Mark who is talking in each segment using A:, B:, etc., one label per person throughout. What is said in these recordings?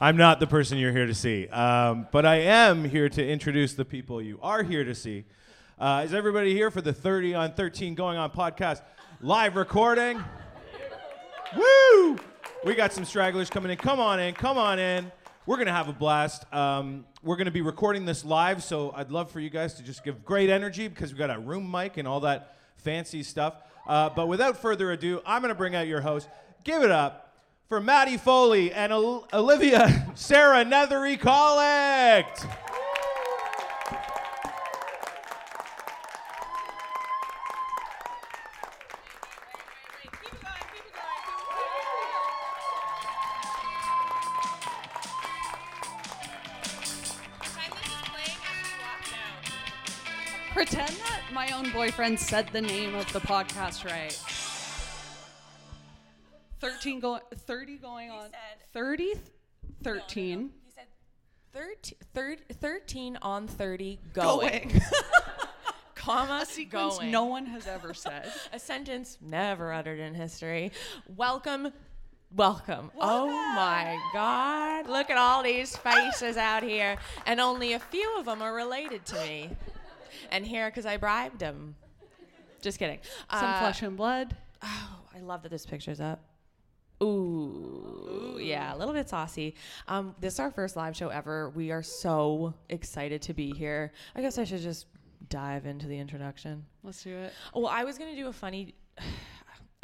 A: I'm not the person you're here to see, um, but I am here to introduce the people you are here to see. Uh, is everybody here for the 30 on 13 going on podcast live recording? Woo! We got some stragglers coming in. Come on in, come on in. We're gonna have a blast. Um, we're gonna be recording this live, so I'd love for you guys to just give great energy because we got a room mic and all that fancy stuff. Uh, but without further ado, I'm gonna bring out your host. Give it up for Maddie Foley and Ol- Olivia Sarah Nethery Collect.
B: Pretend that my own boyfriend said the name of the podcast right. 13 going 30 going on
C: said-
B: 30 13
C: He said, "Thirt- third- 13 on 30 going. Comma,
B: Sequence
C: going.
B: no one has ever said.
C: A sentence never uttered in history. Welcome. Welcome. Oh my God. Look at all these faces out here. And only a few of them are related to me. And here because I bribed them. Just kidding.
B: Some
C: Uh,
B: flesh and blood.
C: I love that this picture's up. Ooh, yeah, a little bit saucy. Um, this is our first live show ever. We are so excited to be here. I guess I should just dive into the introduction.
B: Let's do it.
C: Well, I was gonna do a funny, I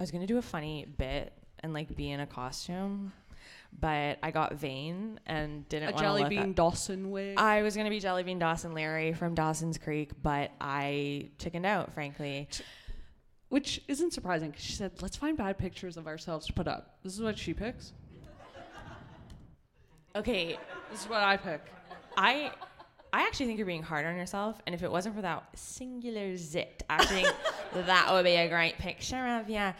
C: was gonna do a funny bit and like be in a costume, but I got vain and didn't.
B: A
C: wanna
B: jelly
C: let that-
B: bean Dawson wig.
C: I was gonna be Jellybean Dawson Larry from Dawson's Creek, but I chickened out, frankly.
B: which isn't surprising 'cause she said, "Let's find bad pictures of ourselves to put up." This is what she picks.
C: Okay,
B: This is what I pick.
C: I I actually think you're being hard on yourself, and if it wasn't for that singular zit, I think that would be a great picture of yeah.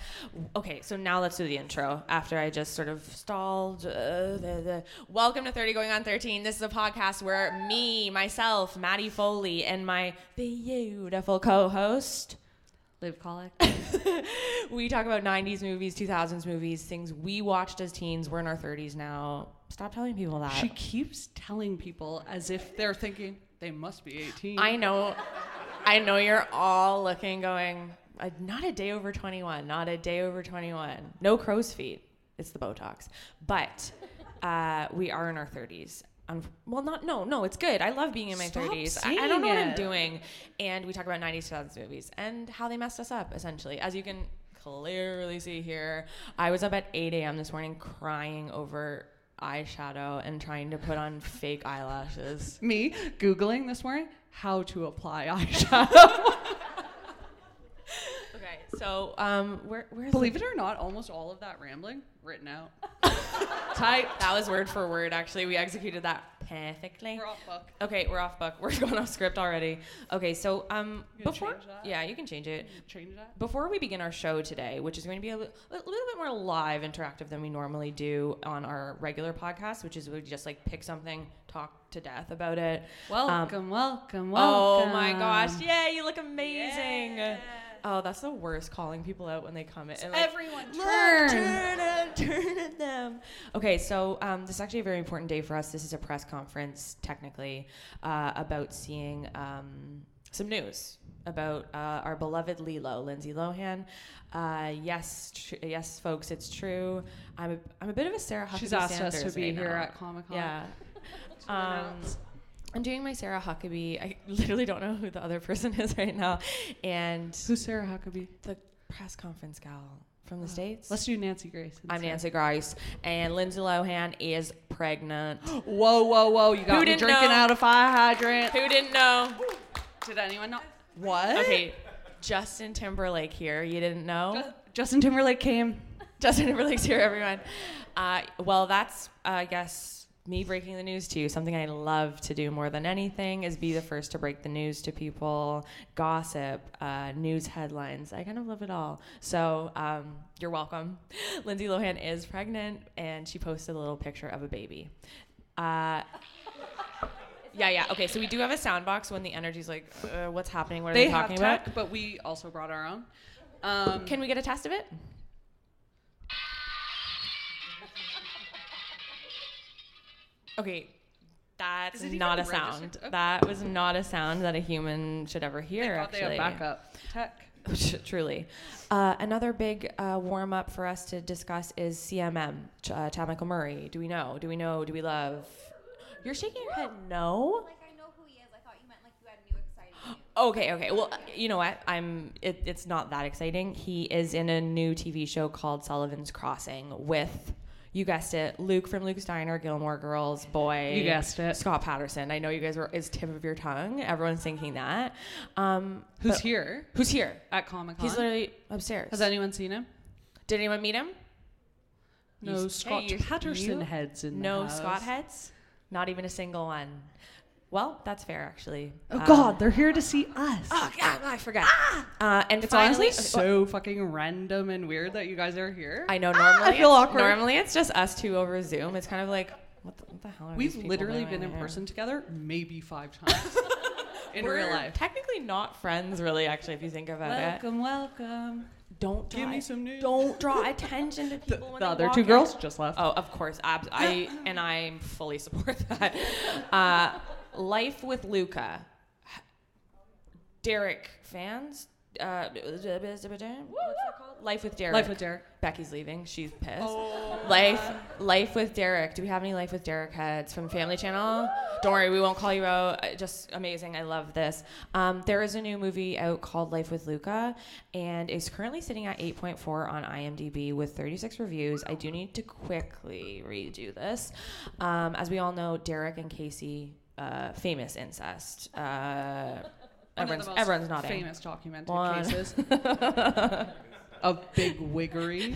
C: Okay, so now let's do the intro. After I just sort of stalled. Uh, the, the. Welcome to Thirty Going on Thirteen. This is a podcast where me, myself, Maddie Foley, and my beautiful co-host
B: Live Colic.
C: we talk about 90s movies, 2000s movies, things we watched as teens. We're in our 30s now. Stop telling people that.
B: she keeps telling people as if they're thinking they must be 18.
C: I know, I know you're all looking, going, "Uh, not a day over 21, not a day over 21. No crow's feet. It's the Botox. But uh, we are in our 30s. Um, well, not no, no. It's good. I love being in my
B: Stop
C: 30s. I, I don't know what
B: saying
C: I'm
B: it.
C: doing. And we talk about 90s, 2000s movies and how they messed us up, essentially. As you can clearly see here, I was up at 8 a.m. this morning crying over eyeshadow and trying to put on fake eyelashes.
B: Me googling this morning how to apply eyeshadow.
C: Okay, so um, where where's the-
B: Believe it or not, almost all of that rambling written out. Type.
C: That was word for word. Actually, we executed that perfectly.
B: We're off book.
C: Okay, we're off book. We're going off script already. Okay, so um,
B: You gonna
C: before
B: change that?
C: yeah, you can change it.
B: Change that.
C: Before we begin our show today, which is going to be a, li- a little bit more live, interactive than we normally do on our regular podcast, which is we just like pick something, talk to death about it.
B: Welcome, welcome, welcome.
C: Um, Oh my gosh! Yay, you look amazing. Oh, that's the worst calling people out when they come in. and, like,
B: Everyone
C: Look,
B: turn.
C: turn at, turn at them. Okay, so um, this is actually a very important day for us. This is a press conference, technically, uh, about seeing um, some news about uh, our beloved Lilo, Lindsay Lohan. Uh, yes, tr- yes, folks, it's true. I'm a, I'm a bit of a Sarah Huckabee
B: She's asked
C: Sanders
B: us to be
C: right
B: here
C: now.
B: at Comic Con.
C: Yeah. Um, I'm doing my Sarah Huckabee. I literally don't know who the other person is right now, and
B: Who's Sarah Huckabee?
C: the press conference gal from the states.
B: Uh, Let's do Nancy Grace.
C: I'm Nancy Grace, and Lindsay Lohan is pregnant.
B: Whoa, whoa, whoa! You got
C: Who
B: me
C: didn't
B: drinking
C: know?
B: out of fire hydrant.
C: Who didn't know?
B: Did anyone know? What?
C: Okay, Justin Timberlake here. You didn't know?
B: Justin Timberlake came.
C: Justin Timberlake's here, everyone. Uh, well, that's, uh, I guess, me breaking the news to you. Something I love to do more than anything is be the first to break the news to people, gossip, uh, news headlines. I kind of love it all. So um, you're welcome. Lindsay Lohan is pregnant, and she posted a little picture of a baby. Uh, yeah, yeah. Okay, so we do have a sound box when the energy's like, uh, what's happening? What are they,
B: They have
C: talking about?
B: tech, but we also brought our own. Um,
C: Can we get a test of it? Okay, that's
D: Is it even
C: not a
D: registered?
C: sound.
D: Okay.
C: That was not a sound that a human should ever
D: They
C: hear.
D: thought they
C: actually,
D: had backup tech.
C: Truly. Uh, another big uh, warm up for us to discuss is CMM, Ch- uh, Chad Michael Murray. Do we know? Do we know? Do we love? You're shaking your head no.
E: Like I know who he is. I thought you meant like you had new exciting news.
C: Okay, okay. Well, you know what? I'm. It, it's not that exciting. He is in a new TV show called Sullivan's Crossing with, you guessed it, Luke from Luke's Diner, Gilmore Girls, boy.
D: You guessed it.
C: Scott Patterson. I know you guys were is tip of your tongue. Everyone's thinking that. Um,
D: Who's
C: but-
D: here
C: Who's here?
D: at Comic
C: He's
D: Con?
C: literally upstairs.
D: Has anyone seen him?
C: Did anyone meet him?
D: No
C: You-
D: Scott
C: Hey, you- you-
D: Patterson heads in the
C: No
D: house.
C: Scott heads. Not even a single one. Well, that's fair actually.
D: Oh
C: Um,
D: God, they're here to see us.
C: Oh God, I forgot. Uh, and
D: it's
C: finally,
D: honestly so fucking random and weird that you guys are here.
C: I know
D: Ah,
C: normally
D: I feel
C: it's-
D: awkward.
C: Normally it's just us two over Zoom. It's kind of like what the, what the hell are these
D: We've
C: people
D: literally
C: doing
D: been in
C: here?
D: person together maybe five times in
C: We're
D: real life.
C: Technically not friends, really. Actually, if you think about it,
D: Welcome, welcome.
C: don't
D: Give
C: draw-
D: me some news.
C: Don't draw attention to people. when
D: the
C: they
D: other
C: walk
D: two
C: in.
D: girls just left.
C: Oh, of course. Abs- I and I fully support that. Uh, Life with Luca. Derek fans. Uh, what's that called? Life with Derek.
D: Life with Derek.
C: Becky's leaving. She's pissed.
D: Oh.
C: Life, Life with Derek. Do we have any Life with Derek heads from Family Channel? Don't worry, we won't call you out. Uh, Just amazing. I love this. Um, there is a new movie out called Life with Luca, and it's currently sitting at 8.4 on IMDb with 36 reviews. I do need to quickly redo this. Um, as we all know, Derek and Casey, uh, famous incest. Uh,
D: One of
C: everyone's,
D: the most
C: everyone's nodding.
D: Famous documented
C: One.
D: cases of big wiggery.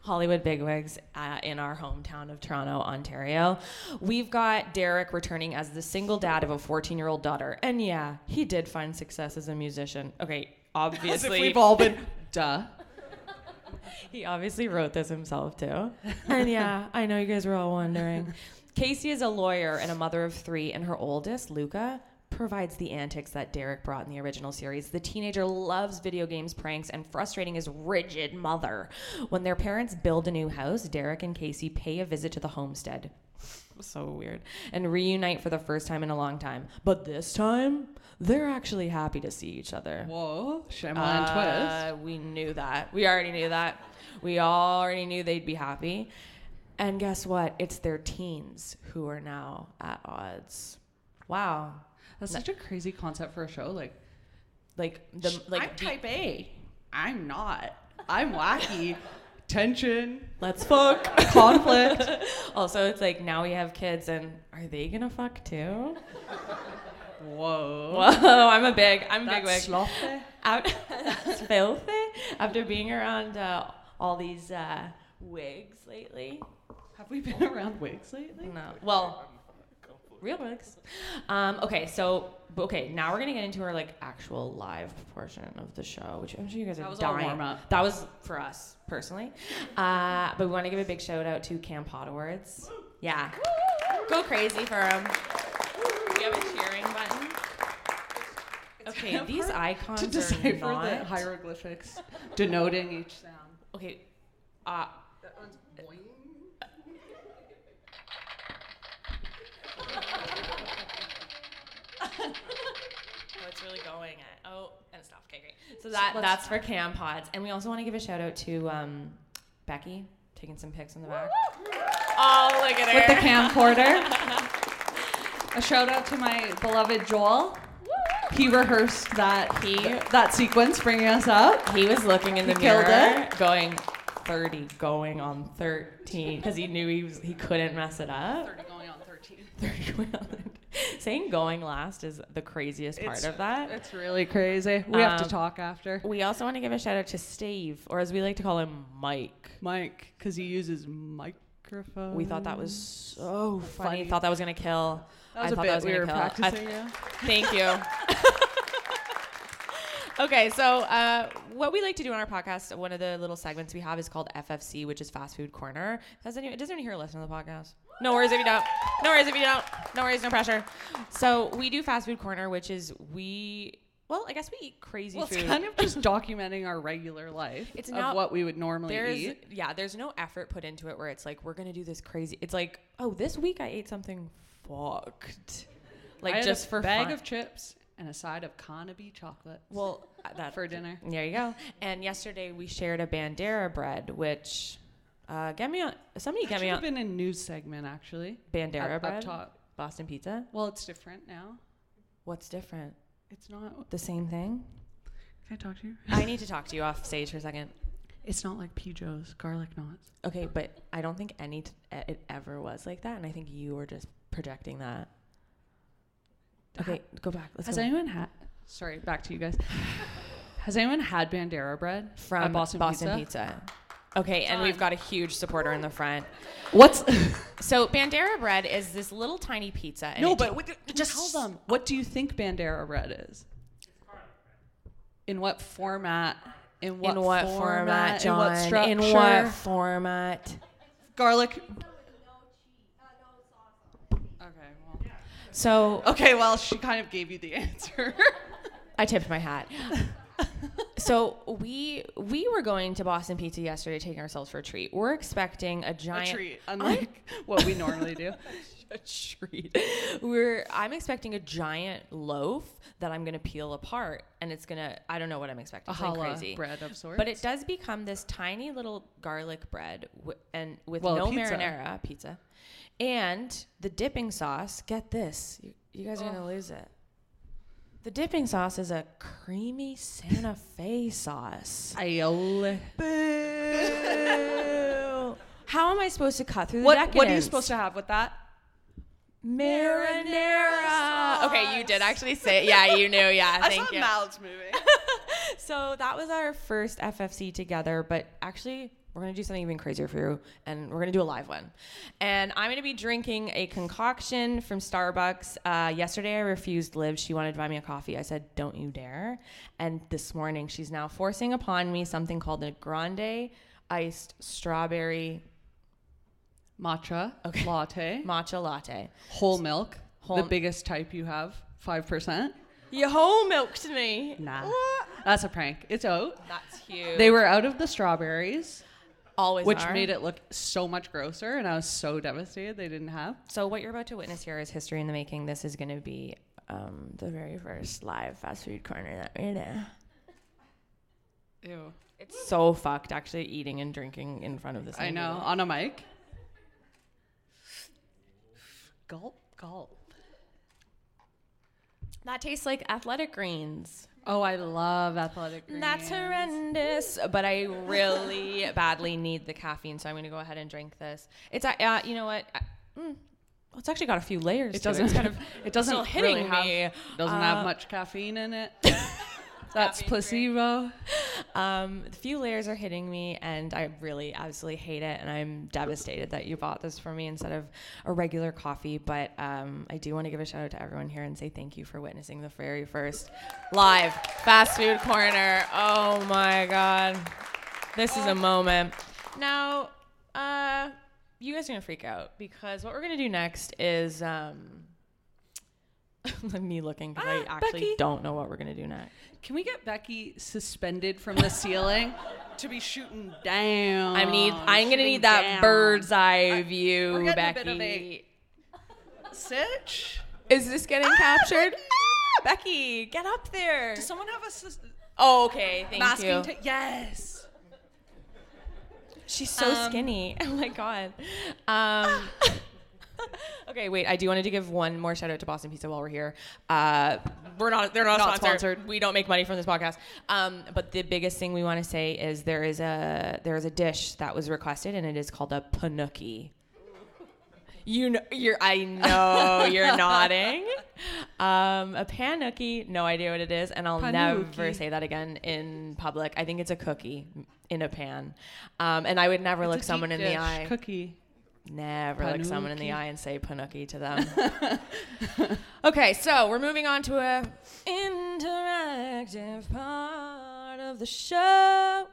C: Hollywood bigwigs uh, in our hometown of Toronto, Ontario. We've got Derek returning as the single dad of a 14 year old daughter. And yeah, he did find success as a musician. Okay,
D: As if
C: obviously.
D: we've all been duh.
C: He obviously wrote this himself too. And yeah, I know you guys were all wondering. Casey is a lawyer and a mother of three, and her oldest, Luca, provides the antics that Derek brought in the original series. The teenager loves video games, pranks, and frustrating his rigid mother. When their parents build a new house, Derek and Casey pay a visit to the homestead. So weird. And reunite for the first time in a long time. But this time, they're actually happy to see each other.
D: Whoa, Shyamalan twist.
C: Uh, We knew that. We already knew that. We already knew they'd be happy. And guess what? It's their teens who are now at odds. Wow.
D: That's such a crazy concept for a show. Like,
C: Like the like
D: I'm
C: the-
D: type A. I'm not. I'm wacky. Tension,
C: let's fuck.
D: conflict.
C: also, it's like now we have kids and are they going to fuck too?
D: Whoa.
C: Whoa, I'm a big I'm a big wig.
D: That's sloppy.
C: out that's filthy after being around uh, all these uh, wigs lately.
D: Have we been around wigs lately?
C: No. Well, real books. Um, okay, so but okay, now we're gonna get into our like actual live portion of the show, which I'm sure you guys are
D: That was all
C: dying.
D: warm-up.
C: That was for us personally, uh, but we want to give a big shout out to Camp Hot Awards. Yeah, go crazy for them. We have a cheering button. Okay, these icons
D: To decipher
C: are not.
D: the hieroglyphics denoting each sound.
C: okay, uh,
D: That one's boing.
C: Oh, it's really going at oh and it stopped. Okay, great. So that that's for cam pods, and we also want to give a shout out to um, Becky taking some pics in the back. Oh, look at her.
D: With the camcorder. A shout out to my beloved Joel. He rehearsed that
C: He-
D: that sequence, bringing us up.
C: he was looking in the
D: He killed
C: mirror, going thirty, going on thirteen, because he knew he was he couldn't mess it up.
D: Thirty going on thirteen.
C: 30 going on. Saying going last is the craziest part of that.
D: It's really crazy. We have to
C: Um,
D: talk after.
C: we also want to give a shout out to Steve, or as we like to call him, Mike.
D: Mike, because he uses microphone.
C: We thought that was so funny.
D: Mm. funny.
C: Thought that was gonna kill.
D: That
C: I
D: was a
C: thought
D: bit
C: that was
D: we
C: gonna
D: were
C: kill. I-
D: practicing. yeah.
C: Thank you. okay, so uh, what we like to do on our podcast, one of the little segments we have is called FFC, which is Fast Food Corner. Does anyone, does anyone here listen to the podcast? No worries if you don't. No worries if you don't. No worries, no pressure. So we do Fast Food Corner, which is we. well, Well, I guess we eat crazy
D: Well,
C: food.
D: it's kind of just documenting our regular life
C: It's
D: of
C: not-
D: what we would normally
C: there's
D: eat.
C: yeah, there's no effort put into it where it's like we're gonna do this crazy. It's like oh, this week I ate something fucked, like
D: I had
C: just
D: a
C: for
D: bag
C: fun.
D: of chips and a side of Conabe chocolate.
C: well that
D: for dinner.
C: There you go. And yesterday we shared a bandera bread, which uh, get me on somebody
D: that
C: get me
D: should
C: on
D: have been a news segment actually.
C: bandera
D: up- up
C: bread.
D: top.
C: Boston pizza.
D: Well, it's different now.
C: What's different?
D: It's not.
C: The same thing.
D: Can I talk to you?
C: I need to talk to you off stage for a second.
D: It's not like Peugeot's garlic knots.
C: Okay, but I don't think any t- e- it ever was like that, and I think you were just projecting that. Okay, go back. Let's
D: Has
C: go.
D: anyone had? Sorry, back to you guys. Has anyone had Bandera bread at
C: from Boston, Boston pizza? Okay, and we've
D: Done.
C: got a huge supporter in the front.
D: What's
C: So bandera bread is this little tiny pizza. And
D: no?
C: it-
D: But what, just tell them what do you think Bandera bread is? In what format? In what,
C: in what format,
D: format?
C: John?
D: In what structure?
C: In what format?
D: garlic?
F: Uh,
D: Okay. Well.
C: So oh,
D: Okay. Well, she kind of gave you the answer.
C: I tipped my hat. so we we were going to Boston Pizza yesterday, taking ourselves for a treat. We're expecting a
D: a
C: giant
D: treat, unlike what we normally do.
C: a treat. We're I'm expecting a giant loaf that I'm gonna peel apart, and it's gonna I don't know what I'm expecting.
D: A
C: Something
D: challah
C: crazy
D: bread of sorts.
C: But it does become this tiny little garlic bread, w- and with
D: Well,
C: no
D: pizza.
C: marinara pizza, and the dipping sauce. Get this, you, you guys are gonna lose it. The dipping sauce is a creamy Santa Fe sauce.
D: aioli.
C: Boo! How am I supposed to cut through the
D: What,
C: decadence?
D: what are you supposed to have with that?
C: Marinara. Okay, you did actually say it. Yeah, you knew. Yeah, thank you.
D: mouths moving.
C: So that was our first FFC together, but actually, we're gonna do something even crazier for you, and we're gonna do a live one. And I'm gonna be drinking a concoction from Starbucks. Uh, yesterday, I refused Liv. She wanted to buy me a coffee. I said, "Don't you dare!" And this morning, she's now forcing upon me something called a grande iced strawberry
D: Matcha,
C: Okay.
D: latte,
C: matcha latte.
D: whole milk,
C: Whole-
D: the biggest type you have, 5%.
C: You whole milked me.
D: Nah. That's a prank. It's oat.
C: That's huge.
D: They were out of the strawberries,
C: always
D: which
C: are.
D: made it look so much grosser, and I was so devastated they didn't have.
C: So what you're about to witness here is history in the making. This is going to be um, the very first live fast food corner that we're in.
D: Ew.
C: It's so fucked, actually, eating and drinking in front of this.
D: I
C: many
D: know.
C: people.
D: On a mic. Gulp, gulp.
C: That tastes like athletic greens.
D: Oh, I love athletic greens.
C: That's horrendous, but I really badly need the caffeine, so I'm going to go ahead and drink this. It's uh, uh, you know what? I, mm, well, it's actually got a few layers.
D: It
C: to
D: doesn't.
C: It's kind of
D: it doesn't
C: still hitting
D: really have,
C: me.
D: Doesn't
C: Uh,
D: have much caffeine in it. That's
C: Caffeine free.
D: placebo.
C: Um, the few layers are hitting me, and I really absolutely hate it. And I'm devastated that you bought this for me instead of a regular coffee. But um, I do want to give a shout out to everyone here and say thank you for witnessing the very first live fast food corner. Oh my God. This is a moment. Now, uh, you guys are going to freak out because what we're going to do next is. Um, me looking because I
D: Ah,
C: actually
D: Becky.
C: don't know what we're going to do next.
D: Can we get Becky suspended from the ceiling to be shooting down?
C: I need. I'm gonna
D: shooting
C: need that
D: down.
C: bird's eye view,
D: we're getting a
C: Becky.
D: bit of Sitch.
C: Is this getting captured? Ah, Becky, get up there.
D: Does someone have a sus-
C: oh, okay. Thank you.
D: masking tape? Yes.
C: She's so
D: Um,
C: skinny. Oh my god. Um, okay, wait. I do want to give one more shout out to Boston Pizza while we're here. Uh, we're not. They're not,
D: Not
C: sponsored.
D: sponsored.
C: We don't make money from this podcast. Um, but the biggest thing we want to say is there is a there is a dish that was requested, and it is called a panookie. You know, you're. I know you're nodding. Um, a panookie. No idea what it is, and I'll never
D: Panookie.
C: say that again in public. I think it's a cookie in a pan, um, and I would never look
D: It's a
C: someone
D: deep
C: in the
D: dish
C: eye. Oh.
D: Cookie.
C: Never look someone in the
D: Panookie.
C: eye and say panookie to them. okay, so we're moving on to a interactive part of the show.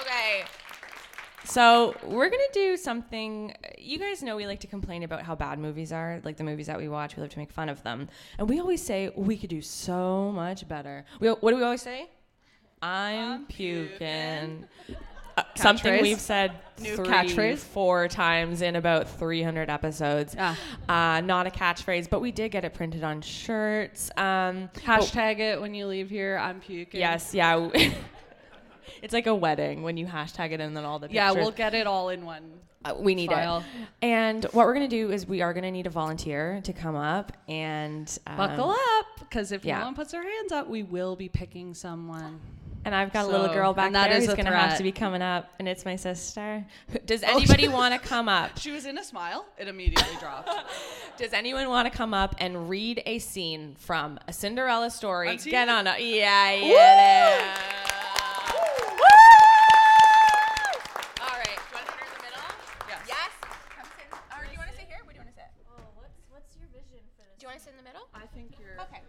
C: okay. So we're gonna do something you guys know we like to complain about how bad movies are. Like the movies that we watch, we love to make fun of them. And we always say we could do so much better. We, what do we always say? I'm,
D: I'm
C: puking. Uh, something
D: Catchphrase.
C: we've said
D: New
C: three,
D: catchphrase. Ah.
C: four times in about 300 episodes.
D: Yeah.
C: Uh, not a catchphrase, but we did get it printed on shirts. Um, but-
D: Hashtag it when you leave here. I'm puking.
C: Yes, yeah. it's like a wedding when you hashtag it and then all the
D: Yeah,
C: pictures.
D: we'll get it all in one.
C: Uh, we need
D: file.
C: it. And what we're gonna do is we are gonna need a volunteer to come up and um,
D: Buckle up, because if
C: yeah.
D: no one puts their hands up, we will be picking someone.
C: And I've got a little
D: So-
C: girl back
D: and that
C: there
D: is
C: who's
D: a
C: gonna have
D: threat.
C: to be coming up, and it's my sister. Does
D: Oh,
C: anybody
D: yeah.
C: want to come up?
D: She was in a smile. It immediately dropped.
C: Does anyone want to come up and read a scene from a Cinderella story?
D: Auntie?
C: Get on up. Yeah, yeah.
D: Woo!
C: yeah. All right. You want to put her in the middle?
D: Yes.
E: Yes. Come sit. Or do you want to sit here? Where do you want to sit?
F: Well, Oh, what's what's your vision for this?
E: Do you want to sit in the middle?
D: I think you're.
E: Okay.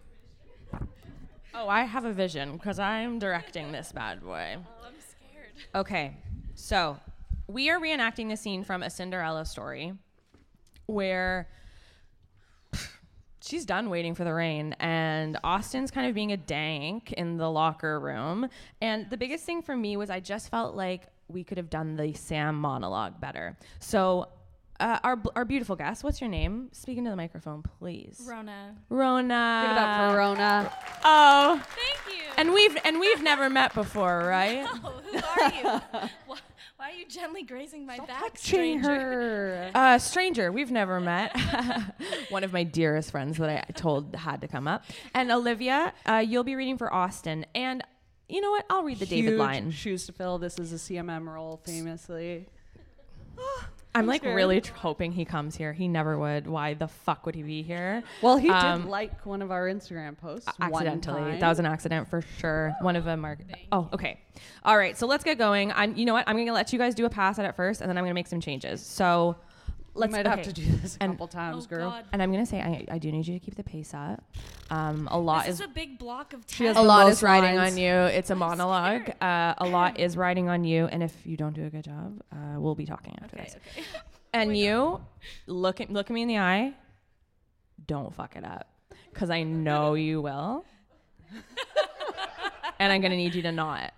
C: Oh, I have a vision because I'm directing this bad boy.
F: Oh, I'm scared.
C: Okay, so we are reenacting the scene from a Cinderella story where she's done waiting for the rain and Austin's kind of being a dank in the locker room. And the biggest thing for me was I just felt like we could have done the Sam monologue better. So, uh, our, our beautiful guest, what's your name? Speak into the microphone, please.
F: Rona.
C: Rona.
D: Give it up for Rona.
C: Oh,
F: Thank you.
C: and we've and we've never met before, right?
F: oh, who are you? why, why are you gently grazing my back, stranger?
D: Her.
C: Uh, stranger, we've never met. One of my dearest friends that I told had to come up. And Olivia, uh, you'll be reading for Austin. And you know what? I'll read the David
D: Huge
C: line.
D: Shoes to fill. This is a CMM role, famously.
C: I'm like
D: scared.
C: really tr- hoping he comes here. He never would. Why the fuck would he be here?
D: Well, he
C: Um,
D: did like one of our Instagram posts
C: accidentally.
D: One time.
C: That was an accident for sure. One of them are. Oh, okay. All right. So let's get going. I'm. You know what? I'm gonna let you guys do a pass at it first, and then I'm gonna make some changes. So. Let's,
D: You might
C: okay.
D: have to do this a
C: And-
D: couple times,
F: Oh,
D: girl.
F: God.
C: And I'm gonna say I, I do need you to keep the pace up. Um, a lot
F: This
C: is
F: is a big block of
D: She has
F: text.
C: a
D: the
C: lot
D: most
C: is riding
D: lines.
C: on you. It's a monologue. Uh, a lot is riding on you, and if you don't do a good job, uh, we'll be talking after
F: Okay,
C: this.
F: okay.
C: And you, look at look at me in the eye. Don't fuck it up, because I know you will. and I'm gonna need you to not.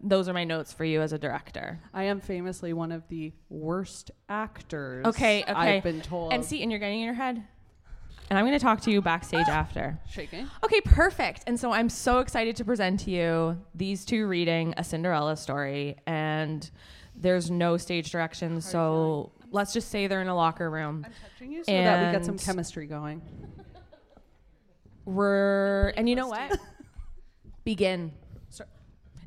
C: Those are my notes for you as a director.
D: I am famously one of the worst actors.
C: Okay, okay.
D: I've been told.
C: And see, and you're getting in your head. And I'm gonna talk to you backstage after.
D: shaking.
C: Okay, perfect. And so I'm so excited to present to you these two reading a Cinderella story, and there's no stage directions, so let's just say they're in a locker room.
D: Touching you so that we got some
C: And-
D: chemistry going.
C: We're and you know what? Begin.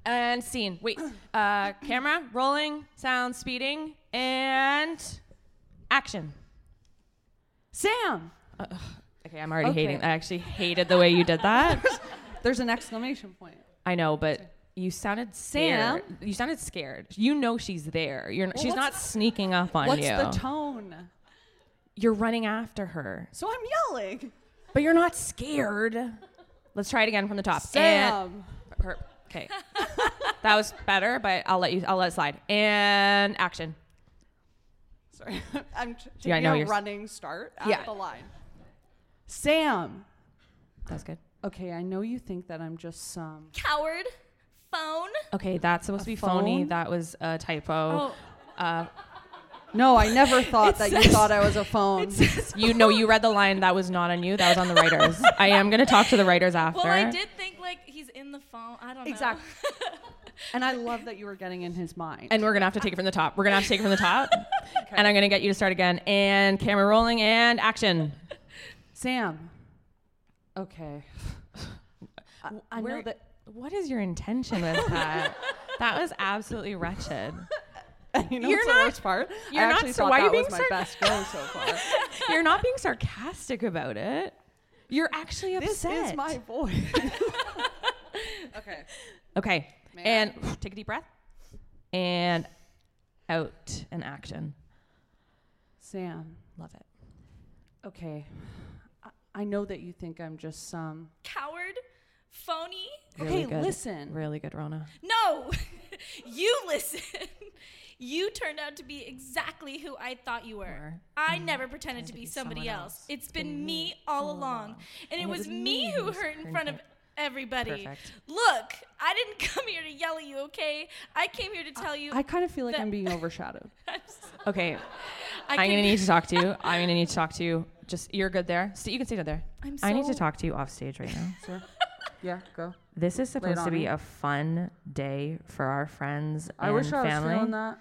C: And scene. Wait. Uh, camera rolling. Sound speeding. And action.
D: Sam,
C: Okay, I'm already
D: Okay.
C: hating. I actually hated the way you did that.
D: there's an exclamation point.
C: I know, but you sounded
D: Sam?
C: scared. You sounded scared. You know she's there. You're not, she's not
D: what's-
C: sneaking up on
D: What's
C: you.
D: the tone?
C: you're running after her,
D: So I'm yelling.
C: but you're not scared. Let's try it again from the top. And-
D: Sam.
C: per- okay, that was better, but I'll let you. I'll let it slide. And action.
D: Sorry, I'm t-
C: Yeah, I
D: taking
C: know
D: a
C: you're s-
D: running start at
C: Yeah.
D: the line. Sam.
C: That's good.
D: Okay, I know you think that I'm just some.
F: Coward. Phone.
C: Okay, that's supposed to be
D: A
C: phony.
D: phone?
C: That was a typo.
F: Oh,
D: No, I never
C: It
D: thought that you
C: says-
D: thought I was a phone.
C: You know, you read the line. That was not on you. That was on the writers. I am gonna talk to the writers after.
F: well, I did think like he's in the phone. I don't know.
D: Exact- and I love that you were getting in his mind.
C: And we're gonna have to take it from the top. We're gonna have to take it from the top. And I'm gonna get you to start again. And camera rolling and action.
D: Sam. Okay. I, I know
C: Where-
D: that.
C: What is your intention with that? that was absolutely wretched.
D: You know
C: You're
D: what's
C: not-
D: the worst part?
C: you're
D: I
C: not
D: actually
C: so-
D: thought
C: why are
D: that
C: you
D: was
C: being
D: my
C: sarc-
D: best go so far.
C: You're not being sarcastic about it. You're actually
D: this
C: upset.
D: is my voice. okay.
C: Okay.
D: May I?
C: and take a deep breath. And out and action.
D: Sam.
C: Love it.
D: Okay. I, I know that you think I'm just some.
F: Coward. Phony.
C: Really
D: okay,
C: good.
D: listen.
C: Really good, Rona.
F: No. you listen. You turned out to be exactly who I thought you were. I never pretended Mm-hmm. to be somebody
C: someone
F: else.
C: else.
F: It's been me all along. And it was me who
C: who's
F: hurt in
C: hurting
F: front of
C: her.
F: everybody.
C: Perfect.
F: Look, I didn't come here to yell at you, okay? I came here to tell you.
D: I kind of feel like
F: that-
D: I'm being overshadowed.
F: I'm s-
C: Okay,
F: I
C: I'm gonna
F: can-
C: need to talk to you. I'm gonna need to talk to you. Just you're good there. St- you can stay good there.
F: I'm
C: I need to
F: so-
C: talk to you off stage right now.
D: Sure. Yeah, go.
C: This is supposed
D: on
C: to be
D: me.
C: a fun day for our friends and
D: I wish I was
C: family.
D: feeling that.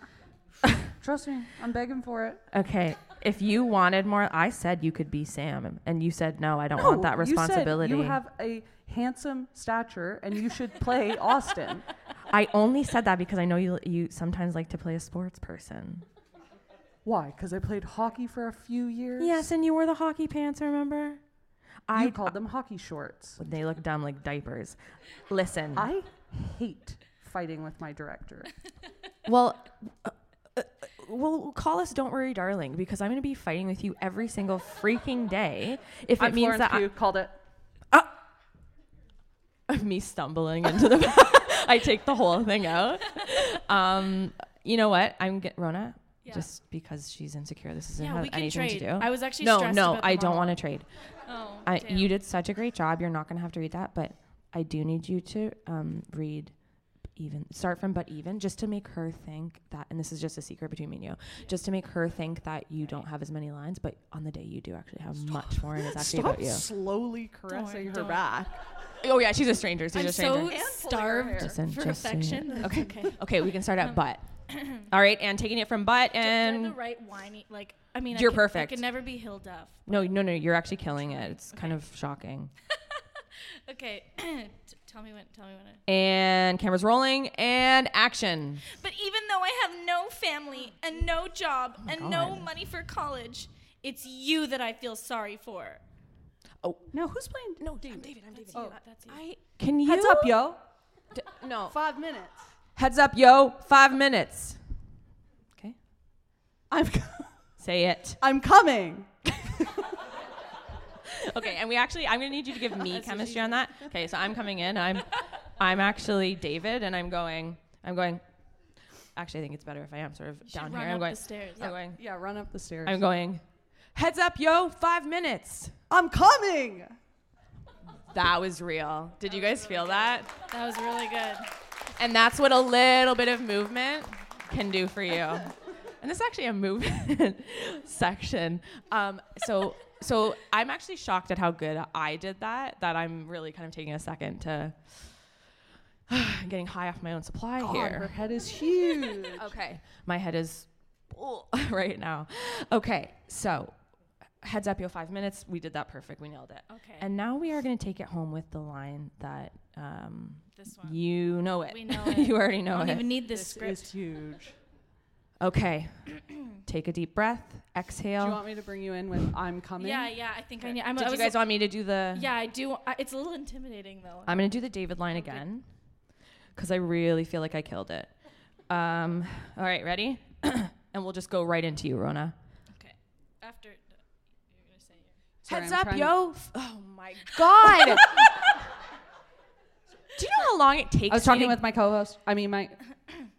D: Trust me, I'm begging for it.
C: Okay, if you wanted more, I said you could be Sam, and you said no. I don't want that responsibility.
D: Oh, You, said you have a handsome stature, and you should play Austin.
C: I only said that because I know you. You sometimes like to play a sports person.
D: Why? Because I played hockey for a few years.
C: Yes, and you wore the hockey pants. Remember?
D: You
C: I
D: called them hockey shorts.
C: They look dumb like diapers. Listen.
D: I hate fighting with my director.
C: Well, uh, uh, uh, well, call us "Don't Worry, Darling" because I'm going to be fighting with you every single freaking day. If
D: I'm
C: it means
D: Florence
C: that I-
D: Pugh, called it.
C: of me stumbling into the, I take the whole thing out. Um, you know what? I'm get, Rona.
F: Yeah.
C: Just because she's insecure, this doesn't
F: Yeah,
C: have
F: we can
C: anything
F: trade.
C: to do.
F: I was actually
C: no,
F: stressed
C: no.
F: about the
C: I don't
F: monologue.
C: want to trade.
F: Oh,
C: I,
F: damn.
C: you did such a great job. You're not going to have to read that, but I do need you to um, read even start from but even just to make her think that and this is just a secret between me and you just to make her think that you don't have as many lines but on the day you do actually have much more and it's actually about you
D: slowly caressing her back.
C: oh yeah she's a stranger she's
F: I'm
C: a stranger
F: so starved
C: Listen,
F: for
C: just so you-
F: affection. Okay. okay.
C: okay we can start
F: Um,
C: at but all right and taking it from but
F: And the
C: and
F: right whiny, like I mean, I
C: You're
F: could-
C: perfect.
F: I could never be Hill Duff.
C: no no no you're actually killing it it's kind of shocking
F: Okay, T- tell me when. Tell me when. I-
C: and cameras rolling and action
F: But even though I have no family and no job and no
C: Oh God.
F: money for college, it's you that I feel sorry for.
C: oh
D: No, who's playing? No, David.
F: I'm David. Oh, that's you.
C: I can you
D: Heads up, yo.
C: D- no.
D: Five minutes.
C: Heads up, yo. Five minutes. Okay.
D: I'm,
C: Say it.
D: I'm coming.
C: Okay, and we actually, I'm gonna need you to give me chemistry on that. Okay, so I'm coming in. I'm, I'm actually David, and I'm going. I'm going. Actually, I think it's better if I am sort of down here.
F: run
C: I'm
F: up
C: going.
F: the stairs.
C: I'm going.
D: Yeah, run up the stairs.
C: I'm going. Heads up, yo. Five minutes.
D: I'm coming.
C: That was real. Did you guys feel that?
F: That was really good.
C: And that's what a little bit of movement can do for you. And this is actually a movement section. Um, so, so I'm actually shocked at how good I did that. That I'm really kind of taking a second to getting high off my own supply
D: God, her
C: here.
D: head is huge.
C: Okay, my head is right now. Okay, so heads up, yo, five minutes. We did that perfect. We nailed it.
F: Okay.
C: And now we are going to take it home with the line that um,
F: This one.
C: you know it.
F: We know it.
C: you already know
F: I don't
C: it.
F: even need this, script.
D: It's huge.
C: Okay. Take a deep breath.
D: Do
C: Exhale.
D: you want me to bring you in with "I'm coming"?
F: Yeah, yeah. I think I need. I'm,
C: Did
F: I
C: you
F: was,
C: guys want Uh, me to do the?
F: Yeah, I do. I, it's a little intimidating though.
C: I'm gonna do the David line again, because I really feel like I killed it. Um, all right, ready? and we'll just go right into you, Rona.
F: okay. After you're gonna say your
D: Sorry,
C: Heads
D: I'm
C: up,
D: trying
C: yo! F- Oh my God! do you know how long it takes?
D: I was
C: me
D: talking
C: to-
D: with my co-host. I mean my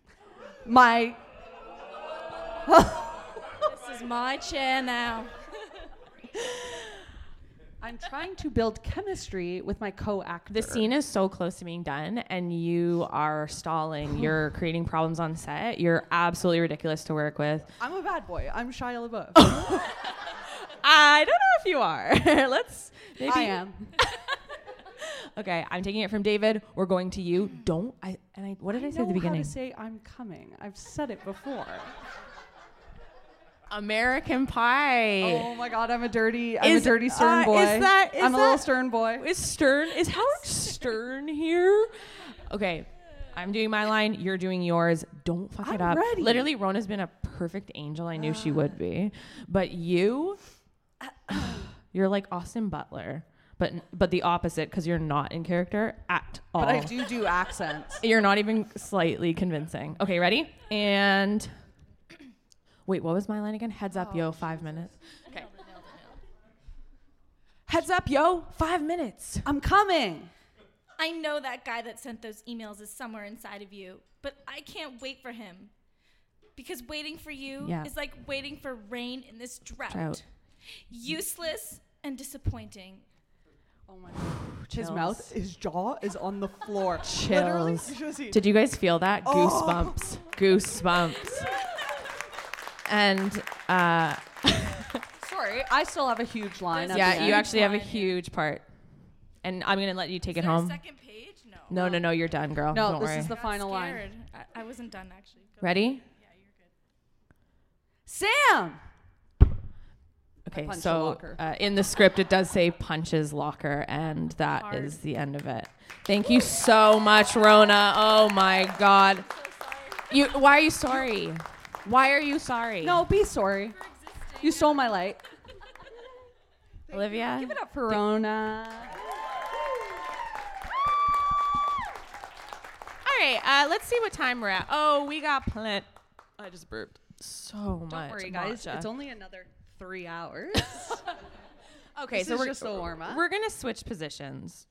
D: my
F: This is my chair now.
D: I'm trying to build chemistry with my co-actor.
C: The scene is so close to being done, and you are stalling. You're creating problems on set. You're absolutely ridiculous to work with.
D: I'm a bad boy. I'm Shia LaBeouf.
C: I don't know if you are. Let's maybe
D: I am.
C: Okay, I'm taking it from David. We're going to you. Don't I and I what did I, say
D: know
C: at the
D: how
C: beginning?
D: to say "I'm coming." I've said it before.
C: American Pie.
D: Oh my God, I'm a dirty. I'm
C: Is-
D: a dirty Stern
C: uh,
D: boy.
C: is that- is
D: I'm a little
C: that-
D: Stern boy.
C: Is Stern is Howard Stern here? Okay. I'm doing my line, you're doing yours. Don't fuck it
D: I'm
C: up.
D: ready.
C: Literally, Rona's been a perfect angel. I knew she would be. But you you're like Austin Butler. But but the opposite, because you're not in character at all.
D: But I do do accents.
C: You're not even slightly convincing. Okay, ready? And wait, what was my line again? Heads up,
D: Oh,
C: yo, five minutes. Okay. Heads up, yo, five minutes.
D: I'm coming.
F: I know that guy that sent those emails is somewhere inside of you, but I can't wait for him. because waiting for you
C: Yeah.
F: is like waiting for rain in this drought.
C: Drought.
F: Useless and disappointing.
D: Oh
G: His mouth, his jaw is on the floor. Literally,
C: Chills.
G: you should see-
C: Did you guys feel that?
G: Oh.
C: Goosebumps. Goosebumps. And uh,
D: Sorry, I still have a huge line. at the
C: yeah, you
D: end.
C: actually have a huge part. And I'm gonna let you take it
F: There a
C: home.
F: second page?
C: No,
F: No.
C: no, no, you're done, girl.
D: No,
C: Don't
D: this
C: worry.
D: is the
F: I got
D: final line.
F: scared. I, I wasn't done actually. Go.
C: Ready?
D: Sam.
C: Okay,
D: punch the
C: so
D: locker.
C: uh, in the script it does say punches locker, and that is the end of it. Thank you so much, Rona. Oh my God, you. Why are you sorry? Why are you sorry?
D: No, be sorry. You stole my light.
C: Olivia.
D: Give it up for Rona.
C: All right, uh, let's see what time we're at. Oh, we got plenty. I just burped so much.
D: Don't worry, guys.
C: matcha.
D: Uh, It's only another three hours.
C: okay,
D: this
C: so
D: is
C: we're
D: just a warm-up.
C: We're gonna switch positions.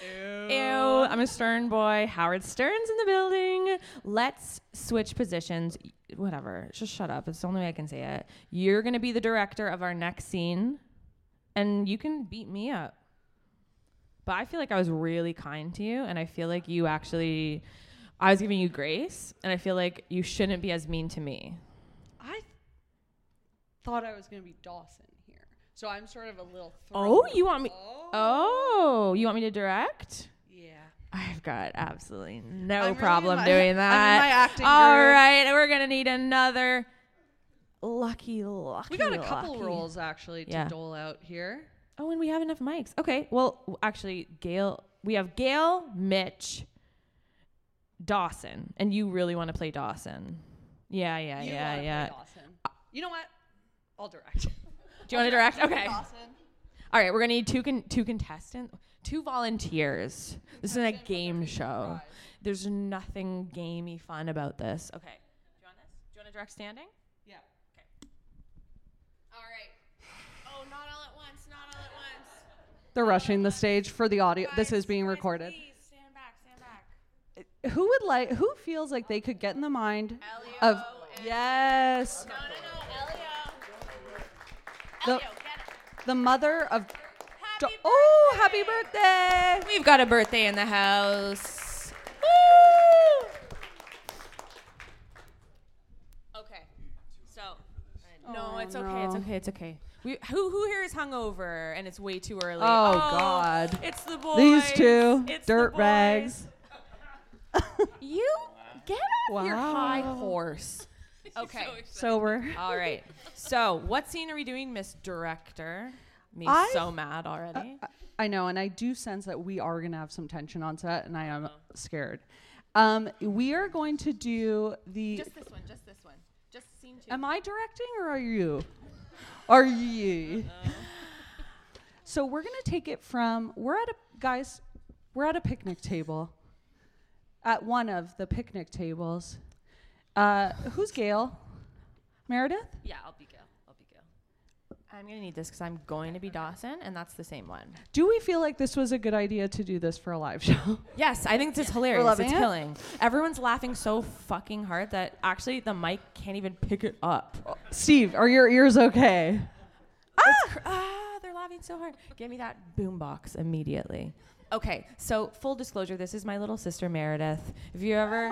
C: Ew. I'm a Stern boy. Howard Stern's in the building. Let's switch positions. Y- Whatever. Just shut up. It's the only way I can say it. You're gonna be the director of our next scene, and you can beat me up. But I feel like I was really kind to you, and I feel like you actually, I was giving you grace, and I feel like you shouldn't be as mean to me.
D: I th- thought I was going to be Dawson here. So I'm sort of a little
C: Oh,
D: thrown.
C: you want me? Oh, you want me to direct?
D: Yeah.
C: I've got absolutely no
D: really in
C: problem
D: my- I'm
C: doing
D: in
C: that.
D: my acting
C: All
D: groove.
C: right, we're gonna need another lucky lucky.
D: We got a couple
C: lucky.
D: roles actually to
C: Yeah.
D: dole out here.
C: Oh, and we have enough mics. Okay. Well, w- actually, Gail, we have Gail, Mitch, Dawson, and you really want to play Dawson. Yeah, yeah,
D: You wanna
C: yeah,
D: play
C: yeah.
D: Dawson. You know what? I'll direct.
C: Do you want to direct? Okay.
D: Dawson.
C: All right, we're gonna need two con- two contestants, two volunteers. This isn't a game show. There's nothing gamey fun about this. Okay. Do you want this? Do you want to direct standing?
D: Yeah.
C: All right. Oh, not all at once. Not all at once.
D: They're rushing the stage for the audio. this is being recorded. Who would like? Who feels like they could get in the mind of? Yes.
F: No, no, no, Elio.
D: The-
F: Elio, get it.
D: the mother of
F: Happy
D: Do-
F: birthday.
D: oh happy birthday
C: We've got a birthday in the house. Okay. So. No,
D: Oh,
C: it's okay. It's okay. It's okay. We, who who here is hungover and it's way too early?
D: Oh, God.
C: It's the boys.
D: these two
C: It's the
D: dirt
C: boys.
D: rags
C: You get off your
D: Wow.
C: high horse. Okay.
D: sober
C: All right. So, what scene are we doing, Miss Director? Me
D: I- Uh,
C: so mad already.
D: i know and i do sense that we are going to have some tension on set and i am
C: Uh-huh.
D: scared um, we are going to do the
E: Just this one, just this one. Just scene two.
D: Am I directing or are you? Are you? So we're gonna take it from we're at a guys, we're at a picnic table. At one of the picnic tables. Uh, who's Gail? Meredith?
C: yeah, I'll be Gail. I'll be Gail. I'm gonna need this because I'm going to be Dawson, and that's the same one.
D: Do we feel like this was a good idea to do this for a live show?
C: Yes, I think this is hilarious.
D: loving
C: it's
D: it.
C: killing. Everyone's laughing so fucking hard that actually the mic can't even pick it up.
D: Steve, are your ears okay?
C: It's cr- ah, they're laughing so hard. Give me that boombox immediately. Okay, so full disclosure, this is my little sister Meredith. If you ever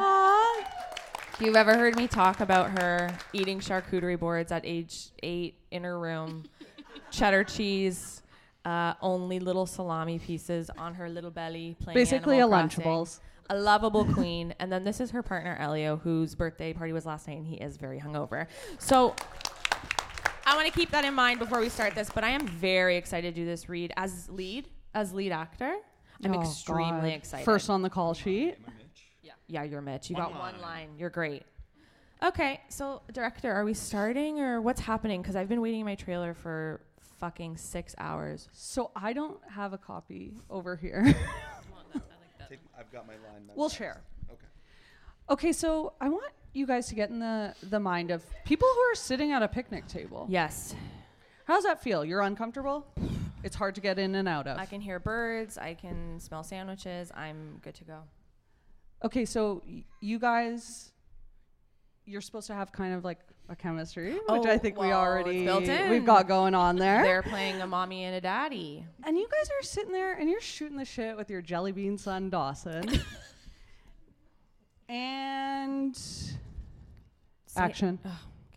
C: If you've ever heard me talk about her eating charcuterie boards at age eight in her room, cheddar cheese, uh, only little salami pieces on her little belly, playing
D: Basically
C: Animal
D: a
C: Crossing.
D: Lunchables.
C: a lovable queen. And then this is her partner Elio, whose birthday party was last night, and he is very hungover. So I want to keep that in mind before we start this. But I am very excited to do this read as lead, as lead actor. I'm
D: Oh,
C: extremely
D: God.
C: excited.
D: First on the call sheet.
C: Yeah, you're Mitch. You got one line. You're great. Okay, so director, are we starting or what's happening? Because I've been waiting in my trailer for fucking six hours.
D: So I don't have a copy over here.
H: Take, I've got my line.
D: we'll share.
H: Okay.
D: Okay, so I want you guys to get in the, the mind of people who are sitting at a picnic table.
C: Yes,
D: How's that feel? You're uncomfortable? It's hard to get in and out of.
C: I can hear birds. I can smell sandwiches. I'm good to go.
D: Okay, so y- you guys you're supposed to have kind of like a chemistry, which
C: Oh,
D: I think
C: well,
D: we
C: it's
D: already
C: built in.
D: we've got going on there.
C: They're playing a mommy and a daddy.
D: And you guys are sitting there and you're shooting the shit with your jelly bean son Dawson. and
C: See-
D: action.
C: Oh, okay.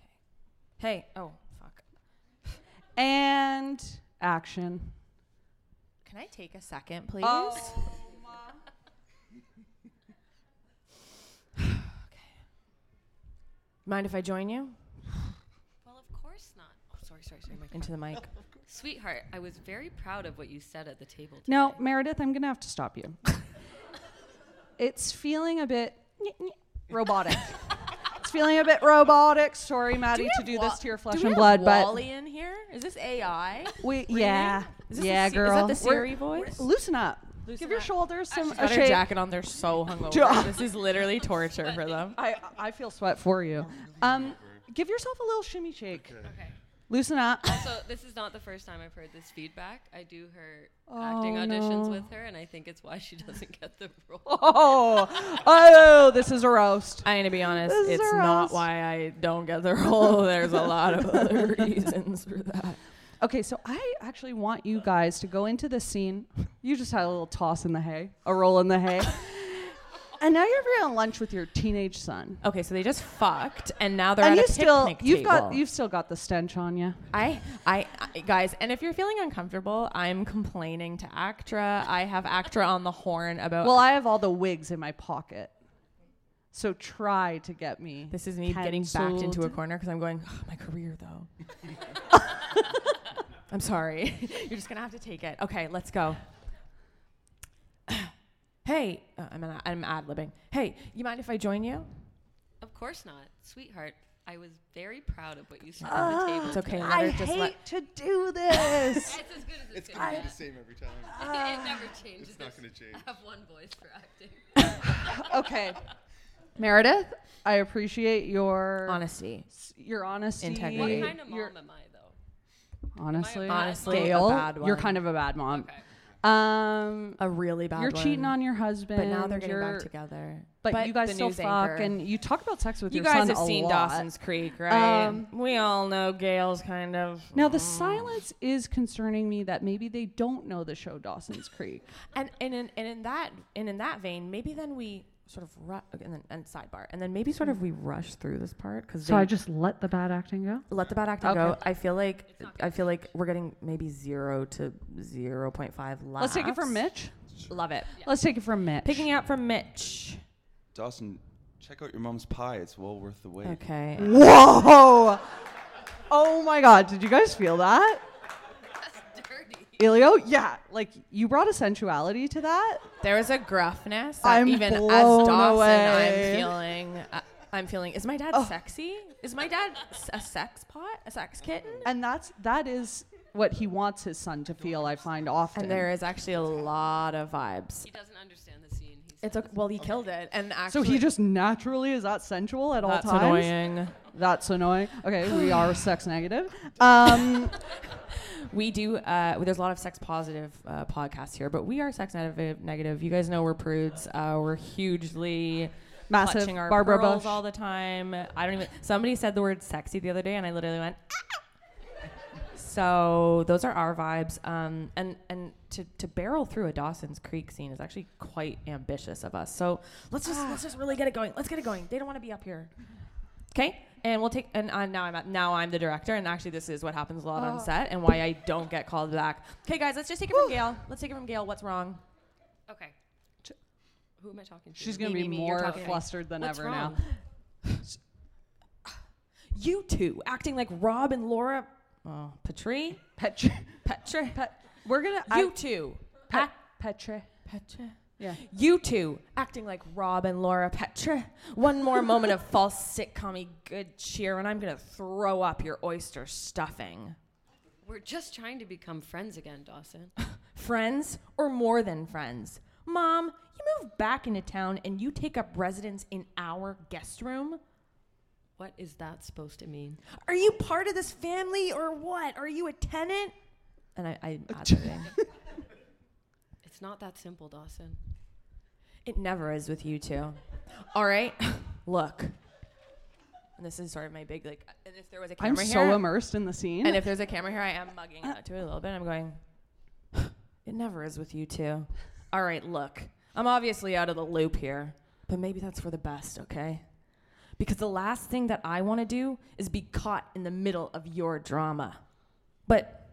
C: Hey. Oh, fuck.
D: And action.
C: Can I take a second, please? Mind if I join you?
I: Well, of course not. Oh, sorry, sorry, sorry. Mike.
C: Into the mic.
I: Sweetheart, I was very proud of what you said at the table. Today.
D: No, Meredith, I'm going to have to stop you. it's feeling a bit robotic. it's feeling a bit robotic. Sorry, Maddie, to do this to your flesh and blood, but
C: Wally in here? Is this AI?
D: we yeah.
C: Is this
D: yeah,
C: the, Se-
D: girl.
C: Is that the
D: We're-
C: Siri voice?
D: loosen up. Give your shoulders some
C: She's got
D: a
C: her
D: shake.
C: jacket on. They're so hungover. this is literally torture for them.
D: I, I feel sweat for you. Um, give yourself a little shimmy shake.
I: Okay.
D: Loosen up.
I: Also, this is not the first time I've heard this feedback. I do her
C: Oh,
I: acting auditions with her, and I think it's why she doesn't get the role.
D: Oh, oh, this is a roast.
C: I'm gonna be honest.
D: This is
C: it's
D: our
C: not
D: house.
C: why I don't get the role. There's a lot of other reasons for that.
D: Okay, so I actually want you guys to go into this scene. You just had a little toss in the hay, a roll in the hay. and now you're having lunch with your teenage son.
C: Okay, so they just fucked, and now they're
D: and
C: at
D: you
C: a
D: still
C: picnic
D: you've got
C: table.
D: you've still got the stench on you.
C: I, I, I- guys, and if you're feeling uncomfortable, I'm complaining to Actra. I have Actra on the horn about.
D: Well, I have all the wigs in my pocket. So try to get me.
C: this is me getting backed into a
D: cancelled.
C: corner because I'm going. "Oh, my career, though. I'm sorry. you're just gonna have to take it. Okay, let's go. hey, uh, I'm an, I'm ad libbing. Hey, you mind if I join you?
I: Of course not, sweetheart. I was very proud of what you said at the table.
C: Ah. It's okay. Let
D: I
C: her just
D: hate
C: let,
D: to do this.
I: It's as good as
H: It's
I: it's,
H: gonna
I: gonna
H: be the same every time.
C: Ah.
I: it never changes.
H: It's not gonna change.
I: I have one voice for acting.
D: okay. Meredith, I appreciate your
C: honesty.
D: your honesty.
C: Integrity.
I: What
C: Wait,
I: kind of mom
D: your-
I: am I, though?
D: honestly,
I: am I a bad
C: Honestly, a
D: Gail,
C: bad one.
D: you're kind of a bad mom.
I: Okay.
D: Um,
C: A really bad.
D: you're cheating
C: one.
D: on your husband.
C: But now they're getting
D: you're-
C: back together.
D: But, you guys
C: the
D: still
C: news
D: fuck,
C: anchor-
D: and you talk about sex with
C: you
D: your
C: guys
D: son
C: have
D: a
C: seen
D: lot.
C: Dawson's Creek, right?
D: Um,
C: we all know Gail's kind of.
D: Now the silence is concerning me that maybe they don't know the show Dawson's Creek.
C: and and in, and in that and in that vein, maybe then we sort of ru- and then and sidebar, and then maybe sort of we rush through this part because
D: Hmm. just let the bad acting go.
C: let the bad acting
D: Okay.
C: go. I feel like I feel like we're getting maybe zero to zero point five laughs.
D: Let's take it from Mitch.
C: Love it.
D: Let's take it from Mitch.
C: Picking out from Mitch.
H: Dawson, check out your mom's pie. It's well worth the wait.
C: Okay.
D: Whoa! Oh my God! Did you guys feel that? Ilio, yeah, like you brought a sensuality to that.
C: There was a gruffness. that
D: I'm
C: even as
D: blown
C: Dawson,
D: away. Oh.
C: I'm feeling. Uh, I'm feeling. Is my dad sexy? Is my dad s- a sex pot? A sex kitten?
D: And that's that is what he wants his son to feel. I find often.
C: And there is actually a lot of vibes.
I: He doesn't understand the scene. He's
C: It's okay. Well, he killed it, and
D: so
C: actually,
D: he just naturally is that sensual at
C: That's
D: all times.
C: annoying.
D: That's annoying. Okay, we are sex negative. Um,
C: We do. Uh, well, there's a lot of sex positive uh, podcasts here, but we are sex negative. Negative. You guys know we're prudes. Uh, we're hugely
D: Massive.
C: clutching our
D: Barbara
C: pearls
D: Bush.
C: all the time. I don't even. Somebody said the word sexy the other day, and I literally went. "Ah." so those are our vibes. Um, and and to, to barrel through a Dawson's Creek scene is actually quite ambitious of us. So let's just
D: Ah.
C: let's just really get it going. Let's get it going. They don't want to be up here. Okay. And we'll take and uh, now I'm at, now I'm the director and actually this is what happens a lot on set and why I don't get called back. Okay guys, let's just take it from Gail. Let's take it from Gail. What's wrong?
I: okay. Who am I talking to?
D: she's gonna
C: Me,
D: be
C: me, me, you're
D: more
C: talking.
D: flustered than
I: What's
D: ever
I: wrong?
D: now.
C: You two acting like Rob and Laura Oh, Petrie? Petre. Petre.
D: Pet, we're gonna
C: you
D: I,
C: two.
D: Pet, Petre.
C: Petre.
D: Yeah.
C: You two acting like Rob and Laura Petre. One more moment of false sitcom good cheer and I'm going to throw up your oyster stuffing.
I: We're just trying to become friends again, Dawson.
C: friends or more than friends. Mom, you move back into town and you take up residence in our guest room?
I: What is that supposed to mean?
C: Are you part of this family or what? Are you a tenant? And I, I adding.
I: It's not that simple, Dawson.
C: it never is with you two. All right, look. and this is sort of my big like. And if there was a camera
D: I'm
C: here,
D: so immersed in the scene.
C: and if there's a camera here, I am mugging
D: Uh,
C: out to it a little bit. I'm going. It never is with you two. All right, look, I'm obviously out of the loop here, but maybe that's for the best, okay? Because the last thing that I want to do is be caught in the middle of your drama. But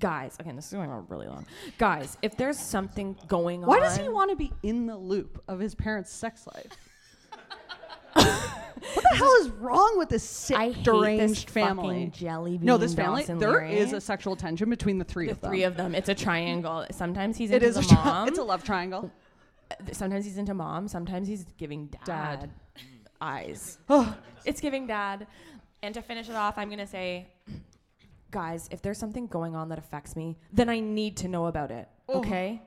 C: guys, again, this is going on really long. Guys, if there's something going
D: Why
C: on,
D: does he want to be in the loop of his parents' sex life? what the hell is wrong with this sick,
C: I hate this
D: deranged family?
C: fucking jelly
D: no, this
C: bean
D: family.
C: Dawson
D: There
C: Leary.
D: is a sexual tension between the three
C: the
D: of them.
C: three of them, it's a triangle. Sometimes he's
D: it
C: into
D: is
C: the
D: a tri-
C: mom.
D: It's a love triangle.
C: sometimes he's into mom, sometimes he's giving dad,
D: Dad.
C: eyes. Oh. it's giving dad. And to finish it off, I'm going to say, guys, if there's something going on that affects me, then I need to know about it.
D: Oh.
C: Okay?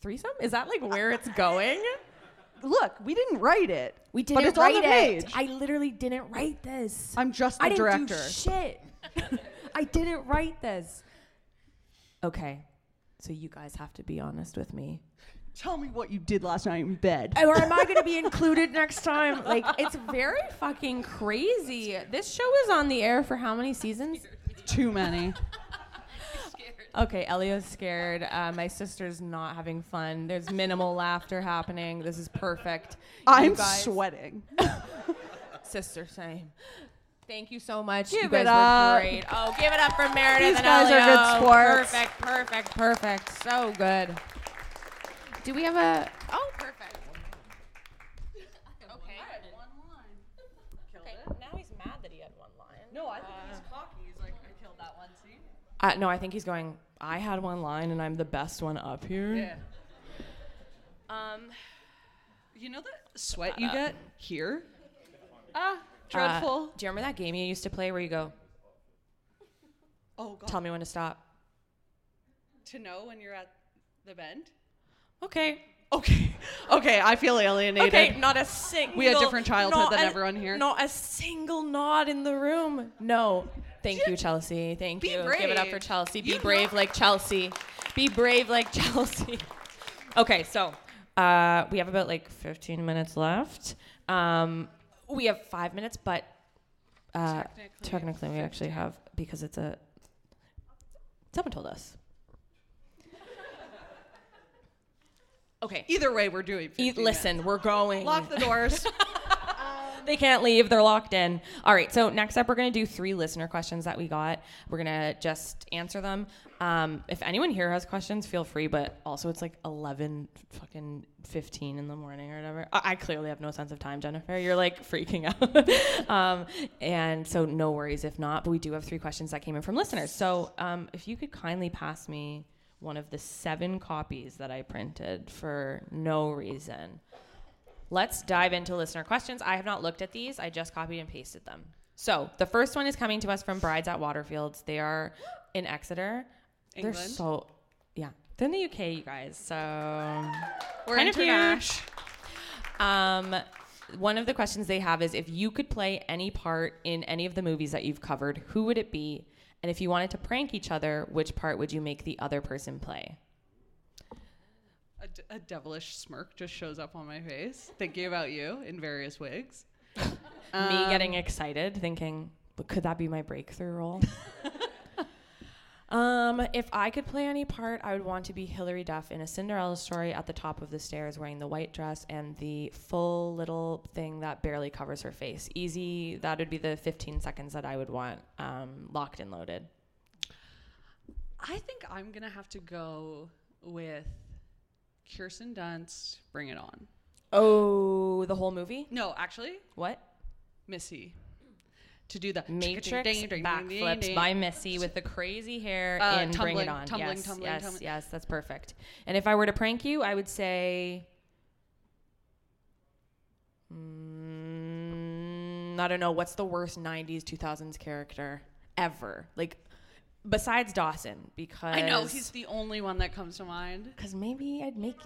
C: Threesome? Is that like where it's going?
D: Look, we didn't write it.
C: We didn't
D: But it's on
C: write
D: the
C: it.
D: page.
C: I literally didn't write this.
D: I'm just the
C: I didn't
D: director.
C: do shit. I didn't write this. Okay. So you guys have to be honest with me.
D: Tell me what you did last night in bed.
C: or am I going to be included next time? Like, it's very fucking crazy. This show is on the air for how many seasons?
D: Too many.
C: Okay, Elio's scared. Uh, my sister's not having fun. There's minimal laughter happening. This is perfect. You
D: I'm
C: guys-
D: sweating.
C: Sister, same. Thank you so much. you
D: Give
C: guys
D: it up.
C: were great. Oh, give it up for Meredith
D: These
C: and
D: guys are good
C: Elio.
D: sports.
C: Perfect, perfect, perfect. So good. Do we have a? Oh, perfect.
D: No, I think he's cocky. He's like, I killed that one scene.
C: Uh, no, I think he's going. I had one line, and I'm the best one up here. Uh,
I: Um,
D: You know the sweat you get here? Ah,
C: Dreadful. do you remember that game you used to play where you go,
D: Oh god.
C: tell me when to stop?
D: to know when you're at the bend.
C: Okay.
D: Okay. Okay, I feel alienated.
C: Okay, not a single.
D: We had different childhood
C: not
D: than
C: an-
D: everyone here.
C: Not a single nod in the room. No. Thank you, Chelsea. Thank
D: Be
C: you. Give it up for
D: brave.
C: Chelsea. Be brave like Chelsea. Be brave like Chelsea. Okay, so uh, we have about like 15 minutes left. Um, we have five minutes, but uh, technically, we actually have because it's a. Someone told us. Okay.
D: Either way, we're doing.
C: E-
D: 15
C: listen, we're going.
D: minutes. Lock the doors.
C: They can't leave. They're locked in. All right. So next up, we're gonna do three listener questions that we got. We're gonna just answer them. Um, if anyone here has questions, feel free. But also, it's like eleven fucking fifteen in the morning or whatever. I, I clearly have no sense of time, Jennifer. You're like freaking out. um, and so no worries if not. But we do have three questions that came in from listeners. So um, if you could kindly pass me one of the seven copies that I printed for no reason. Let's dive into listener questions. I have not looked at these. I just copied and pasted them. So the first one is coming to us from Brides at Waterfields. They are in Exeter. They're
D: England?
C: so, yeah. They're in the UK, you guys. So
D: We're
C: Kind of huge.
D: internash.
C: um, one of the questions they have is if you could play any part in any of the movies that you've covered, who would it be? And if you wanted to prank each other, which part would you make the other person play?
D: A, d- a devilish smirk just shows up on my face, thinking about you in various wigs.
C: me getting excited, thinking, but could that be my breakthrough role? um, if I could play any part, I would want to be Hilary Duff in a Cinderella story at the top of the stairs wearing the white dress and the full little thing that barely covers her face. Easy, that would be the 15 seconds that I would want um, locked and loaded.
D: I think I'm gonna have to go with Kirsten Dunst. Bring it on.
C: Oh, the whole movie?
D: No, actually,
C: What?
D: Missy. To do the
C: Matrix backflips by Missy with the crazy hair
D: Uh,
C: and Bring It
D: tumbling,
C: On.
D: tumbling,
C: yes,
D: tumbling,
C: yes,
D: tumbling.
C: yes, that's perfect. And if I were to prank you, I would say, mm, I don't know, what's the worst '90s, 2000s character ever? Like, besides Dawson, because
D: I know he's the only one that comes to mind.
C: because maybe I'd make.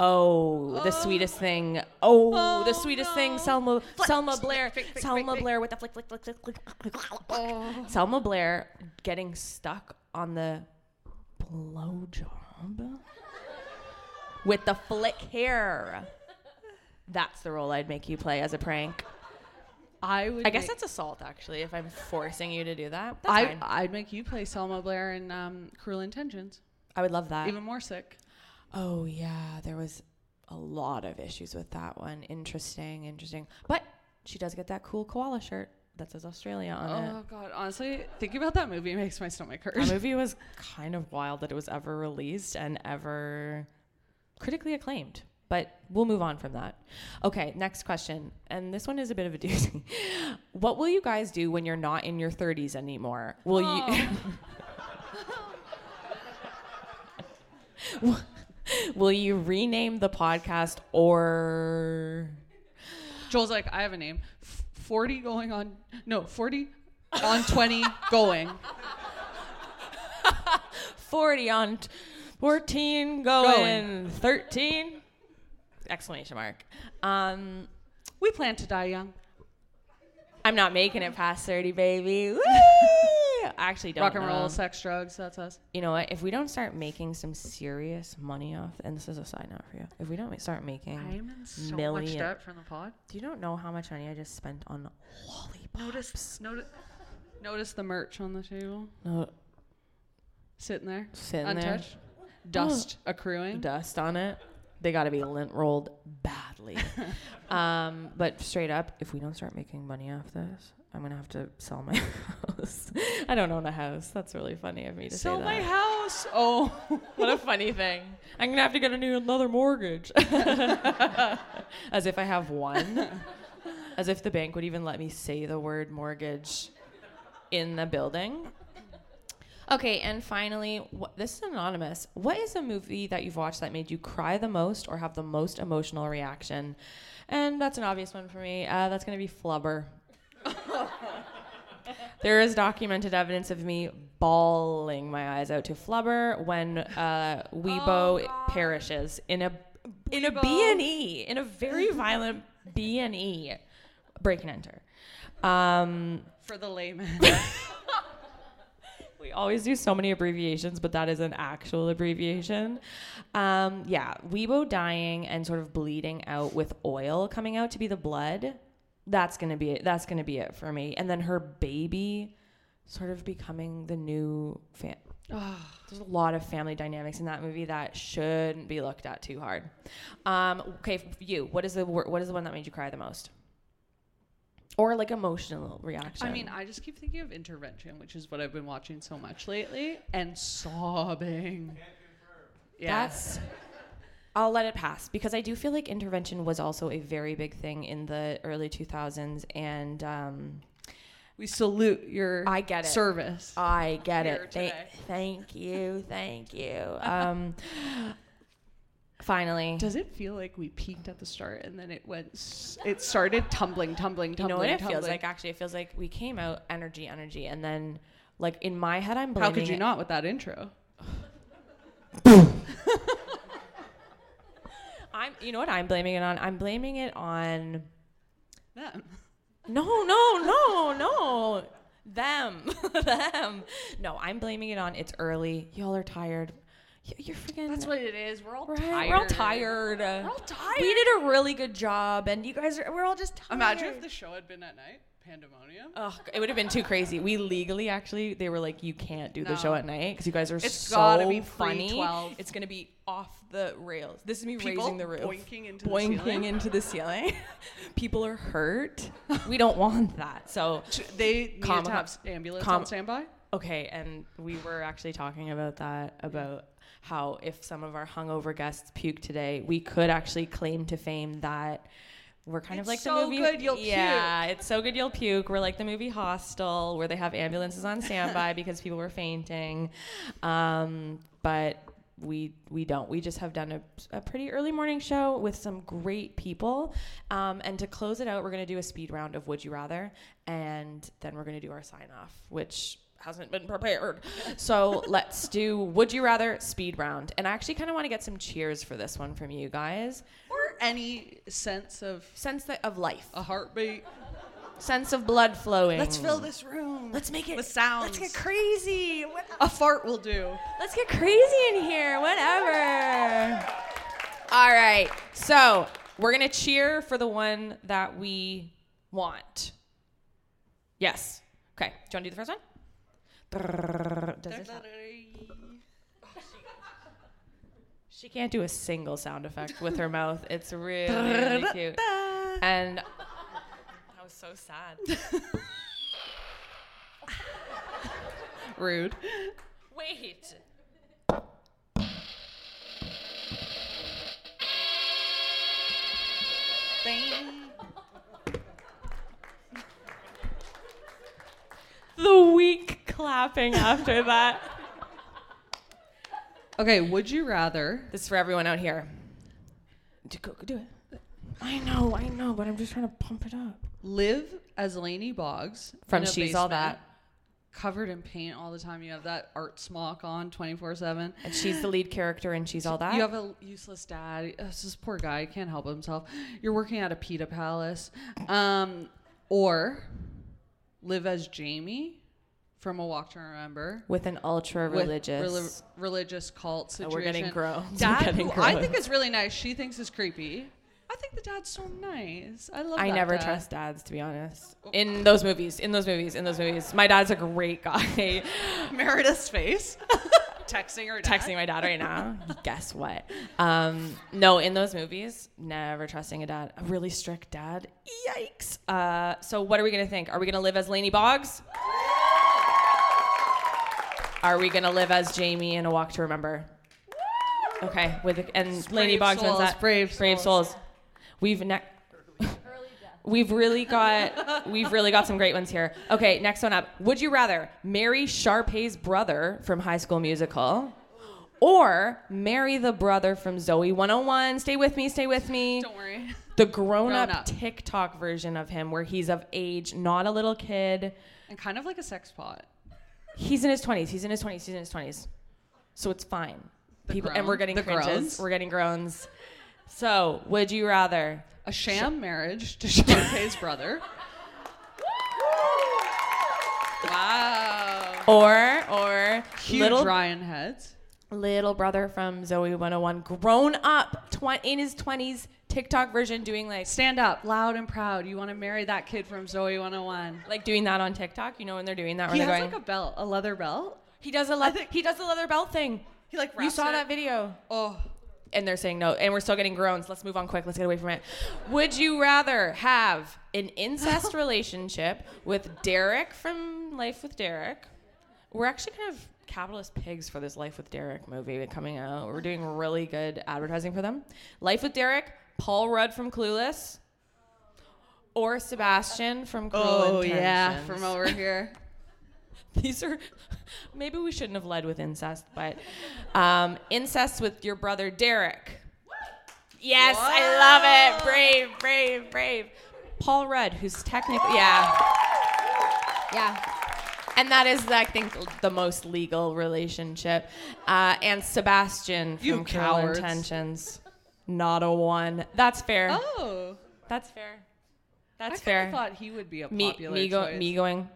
C: Oh, the sweetest thing. Oh, the sweetest thing. Selma, Selma Blair. Selma Blair with the flick, Oh. flick, flick, flick, flick. flick, flick, flick. Selma Blair getting stuck on the blowjob with the flick hair. That's the role I'd make you play as a prank.
D: I would.
C: I guess
D: make-
C: that's assault, actually, if I'm forcing you to do that. That's
D: I,
C: fine.
D: I'd make you play Selma Blair in um, Cruel Intentions.
C: I would love that.
D: Even more sick.
C: Oh yeah, there was a lot of issues with that one. Interesting, interesting. But she does get that cool koala shirt that says Australia on
D: Oh God! Honestly, thinking about that movie makes my stomach hurt.
C: it. The movie was kind of wild that it was ever released and ever critically acclaimed. But we'll move on from that. Okay, next question. And this one is a bit of a doozy. What will you guys do when you're not in your 30s anymore? Will you Will you rename the podcast or
D: Joel's like, I have a name. F- Forty going on. No, forty on twenty going.
C: 40 on t- 14 going, 13 exclamation mark um
D: We plan to die young.
C: i'm not making it past 30 baby Woo! I actually don't
D: Rock and roll,
C: know.
D: sex, drugs. That's us.
C: you know what if we don't start making some serious money off and this is a side note for you if we don't ma- start making
D: in
C: million
D: from the pod.
C: do you don't know how much money i just spent on
D: Notice, notice, notice the merch on the table
C: uh,
D: sitting there,
C: Sitting there. Oh.
D: untouched, dust accruing.
C: dust on it they got to be lint rolled badly um, but straight up if we don't start making money off this i'm gonna have to sell my house i don't own a house that's really funny of me to
D: Sell
C: say
D: my
C: that
D: house. Oh,
C: what a funny thing i'm gonna have to get a new another mortgage as if i have one as if the bank would even let me say the word mortgage in the building Okay, and finally, wh- this is anonymous. What is a movie that you've watched that made you cry the most or have the most emotional reaction? And that's an obvious one for me. Uh, that's going to be Flubber. there is documented evidence of me bawling my eyes out to Flubber when uh, Weebo perishes in a in a B and E in a very violent B and E break and enter. Um,
D: for the layman.
C: we always do so many abbreviations, but that is an actual abbreviation. Um, yeah, Weibo dying and sort of bleeding out with oil coming out to be the blood. That's gonna be it. That's gonna be it for me. And then her baby, sort of becoming the new fam.
D: Ah.
C: There's a lot of family dynamics in that movie that shouldn't be looked at too hard. Um, okay, f- you. What is the wor- what is the one that made you cry the most? Or like emotional reaction.
D: I mean, I just keep thinking of intervention, which is what I've been watching so much lately, and sobbing.
C: That's. I'll let it pass because I do feel like intervention was also a very big thing in the early 2000s, and um,
D: We salute your
C: I get it.
D: service.
C: I get
D: Here
C: it. Thank,
D: today.
C: thank you, thank you. Um, finally,
D: Does it feel like we peaked at the start and then it went? s- It started tumbling, tumbling,
C: you know
D: tumbling.
C: what it
D: tumbling.
C: feels like? Actually, it feels like we came out energy, energy, and then like in my head, I'm
D: How
C: blaming
D: could you
C: it-
D: not with that intro?
C: I'm, you know what I'm blaming it on? I'm blaming it on
D: Them.
C: No, no, no, no. Them, them. No, I'm blaming it on it's early. Y'all are tired. Y- You're freaking.
F: That's what it is. We're all
C: Right?
F: tired.
C: We're all tired. We're all tired. We did a really good job, and you guys are. We're all just tired.
D: Imagine if the show had been at night, pandemonium.
C: Ugh, it would have been too crazy. We legally actually they were like, you can't do the show
D: No.
C: at night because you guys are
D: It's
C: so
D: gotta be
C: funny.
D: pre-twelve.
C: It's gonna be off the rails. This is me
D: People
C: raising the roof,
D: boinking into the
C: Boinking
D: ceiling.
C: into the ceiling. People are hurt. we don't want that. So
D: They need
C: Comic-
D: to have s- ambulance
C: Com-
D: on standby.
C: Okay, and we were actually talking about that about how if some of our hungover guests puke today, we could actually claim to fame that we're kind of like the
D: so
C: movie.
D: good you'll
C: yeah, it's so good you'll puke. We're like the movie Hostel, where they have ambulances on standby because people were fainting, um, but we we don't. We just have done a, a pretty early morning show with some great people, um, and to close it out, we're gonna do a speed round of Would You Rather, and then we're gonna do our sign off, which hasn't been prepared. So let's do Would You Rather speed round, and I actually kind of want to get some cheers for this one from you guys.
D: Or any sense of
C: Sense that of life,
D: a heartbeat.
C: sense of blood flowing.
D: Let's fill this room.
C: Let's make it
D: with sounds.
C: Let's get crazy. What-
D: a fart will do.
C: Let's get crazy in here. Whatever. All right. So We're gonna cheer for the one that we want. Yes. Okay. Do you want to do the first one? Does this sound- She can't do a single sound effect with her mouth. It's really, really cute. And
J: That was so sad.
C: rude.
J: Wait.
C: The weak clapping after that.
D: Okay, would you rather?
C: This is for everyone out here. Do, go, go do it. I know, I know, but I'm just trying to pump it up.
D: live as Lainey Boggs
C: From
D: in a
C: She's All
D: basement, covered in paint all the time. You have that art smock on twenty four seven.
C: And she's the lead character and she's all that.
D: You have a useless dad. Uh, This is poor guy he can't help himself. You're working at a pita palace, um, or live as Jamie from A Walk to Remember.
C: with an ultra
D: with
C: religious.
D: reli- religious cult
C: Oh,
D: situation.
C: we're getting grown. We're
D: Dad,
C: getting
D: who I
C: grown.
D: think is really nice. She thinks is creepy. I think the dad's so nice. I love.
C: I
D: that
C: never
D: dad.
C: trust dads, to be honest. In those movies, in those movies, in those movies. My dad's a great guy.
D: Meredith's face. Texting her. Dad.
C: Texting my dad right now. Guess what? Um, no, in those movies, never trusting a dad. A really strict dad. Yikes. Uh, so, what are we going to think? Are we going to live as Lainey Boggs? Are we going to live as Jamie in A Walk to Remember? Okay. with the, And Lainey
D: brave
C: Boggs wins
D: souls,
C: that.
D: brave
C: souls.
D: souls.
C: We've next. We've really got we've really got some great ones here. Okay, next one up. Would you rather marry Sharpay's brother from High School Musical or marry the brother from Zoe 101? Stay with me, stay with me.
D: Don't worry.
C: The grown-up
D: Grown up.
C: TikTok version of him where he's of age, not a little kid.
D: And kind of like a sex pot.
C: He's in his 20s. He's in his 20s. He's in his 20s. So it's fine. People and we're
D: groan-
C: getting
D: the
C: cringes.
D: groans?
C: We're getting groans. So, would you rather
D: A sham marriage to Sharpay's brother. wow.
C: or or
D: Huge
C: little
D: Ryan heads.
C: little brother from Zoe 101, grown up, tw- in his 20s, TikTok version, doing like
D: Stand up, loud and proud. You want to marry that kid from Zoe 101.
C: like doing that on TikTok. You know when they're doing that, where
D: He
C: they're
D: has
C: going.
D: like a belt, a leather belt.
C: he does a leather. He does the leather belt thing.
D: He like
C: You
D: wraps
C: saw
D: it.
C: that video.
D: Oh,
C: And they're saying no, and we're still getting groans. Let's move on quick. Let's get away from it. Would you rather have an incest relationship with Derek from Life with Derek? We're actually kind of capitalist pigs for this Life with Derek movie coming out. We're doing really good advertising for them. Life with Derek, Paul Rudd from Clueless, or Sebastian from Cruel
D: oh
C: Intentions.
D: yeah, from over here.
C: These are maybe we shouldn't have led with incest, but um, incest with your brother Derek. Yes, I love it. Brave, brave, brave. Paul Rudd, who's technically yeah, yeah, and that is I think the most legal relationship. Uh, and Sebastian from
D: You
C: Cruel
D: cowards.
C: Intentions, not a one. That's fair.
D: Oh,
C: That's fair.
D: I
C: That's
D: kinda
C: fair.
D: thought he would be a
C: me,
D: popular
C: me, go,
D: choice.
C: me going,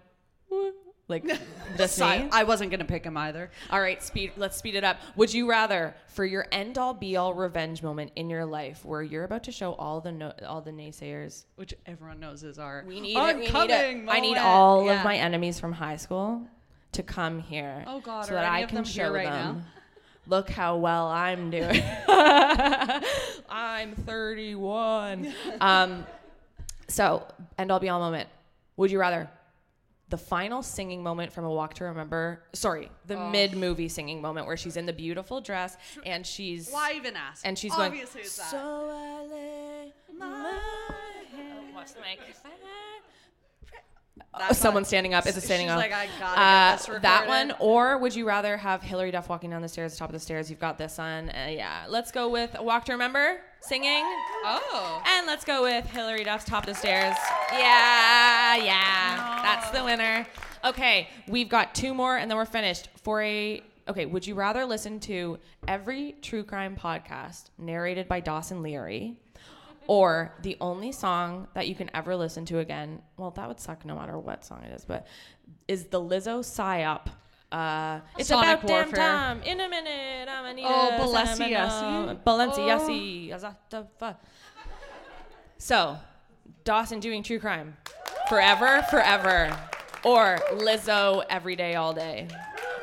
C: "Woo," like just
D: Si-
C: me.
D: I wasn't gonna pick him either.
C: All right, speed. Let's speed it up. Would you rather, for your end all be all revenge moment in your life, where you're about to show all the no, all the naysayers,
D: Which everyone knows is our.
C: we need it.
D: I'm
C: We
D: coming.
C: need it. I need
D: moment.
C: all
D: Yeah.
C: of my enemies from high school to come here.
D: Oh, God,
C: so
D: are
C: that
D: any
C: I
D: of
C: can
D: them
C: show
D: here right
C: them.
D: now?
C: Look how well I'm doing. I'm 31. um, so end all be all moment. Would you rather the final singing moment from A Walk to Remember? Sorry, the
D: Oh.
C: mid movie singing moment where she's in the beautiful dress and she's
D: Why even ask?
C: and she's going.
D: Obviously it's that.
C: So I lay my head. Watch the mic. Oh, someone standing up. Is it standing
D: She's
C: up?
D: like, I gotta get
C: Uh,
D: this
C: that
D: recorded.
C: one, or would you rather have Hillary Duff walking down the stairs, top of the stairs? You've got this one. Uh, yeah, let's go with Walk to Remember singing,
D: Oh.
C: and let's go with Hillary Duff's top of the stairs. Yeah, yeah, that's the winner. Okay, we've got two more, and then we're finished. For a okay, would you rather listen to every true crime podcast narrated by Dawson Leary? or the only song that you can ever listen to again. Well, that would suck no matter what song it is, but is the Lizzo psyop. Uh, it's
D: Sonic
C: about damn
D: Warfare.
C: time. In a minute, I'm gonna need
D: Oh,
C: a Oh.
D: Balenciasi.
C: Balenciasi. Balenciasi. So, Dawson doing true crime forever, forever, or Lizzo every day, all day.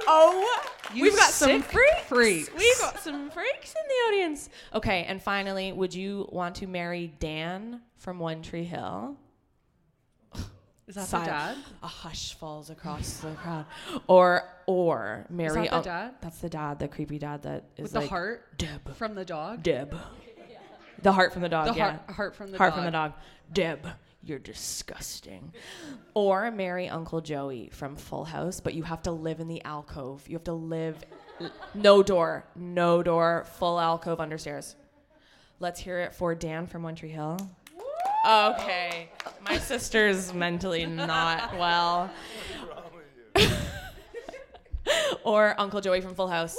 C: Oh,
G: You
C: we've got some
G: sick
C: freaks.
G: freaks.
C: We've got some freaks in the audience. Okay, and finally, would you want to marry Dan from One Tree Hill?
G: Is that
C: Sil-
G: the dad?
C: A hush falls across the crowd. Or or marry
G: that the
C: Unc-
G: dad?
C: That's the dad, the creepy dad that is
G: With
C: like
G: the heart
C: Deb.
G: from the dog?
C: Deb. The heart from the dog.
G: The
C: yeah.
G: heart, heart from the
C: Heart
G: dog.
C: from the dog. Deb, you're disgusting. Or marry Uncle Joey from Full House, but you have to live in the alcove. You have to live no door, no door, full alcove under stairs. Let's hear it for Dan from One Tree Hill. Okay, my sister's mentally not well. or Uncle Joey from Full House.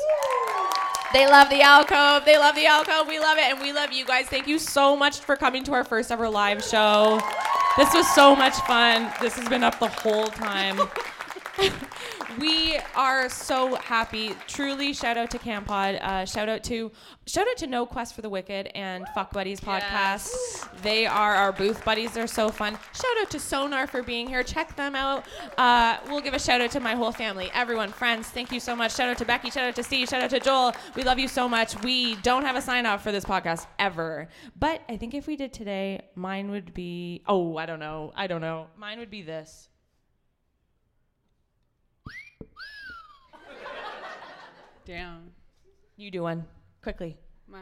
C: They love the alcove. They love the alcove. We love it. And we love you guys. Thank you so much for coming to our first ever live show. This was so much fun. This has been up the whole time. we are so happy. Truly, shout out to Camp Pod. Uh, shout out to shout out to No Quest for the Wicked and Fuck Buddies podcast. They are our booth buddies. They're so fun. Shout out to Sonar for being here. Check them out. Uh, we'll give a shout out to my whole family, everyone, friends. Thank you so much. Shout out to Becky. Shout out to Steve. Shout out to Joel. We love you so much. We don't have a sign off for this podcast ever, but I think if we did today, mine would be oh I don't know I don't know mine would be this.
G: Damn.
C: You do one quickly.
G: My,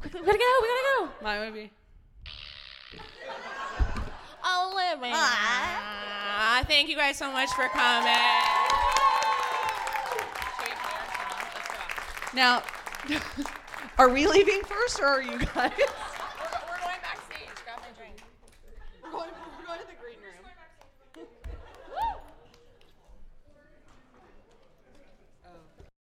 C: Quickly, we gotta go. We gotta go.
G: my would be.
C: Ah, thank you guys so much for coming.
G: Now, are we leaving first or are you guys?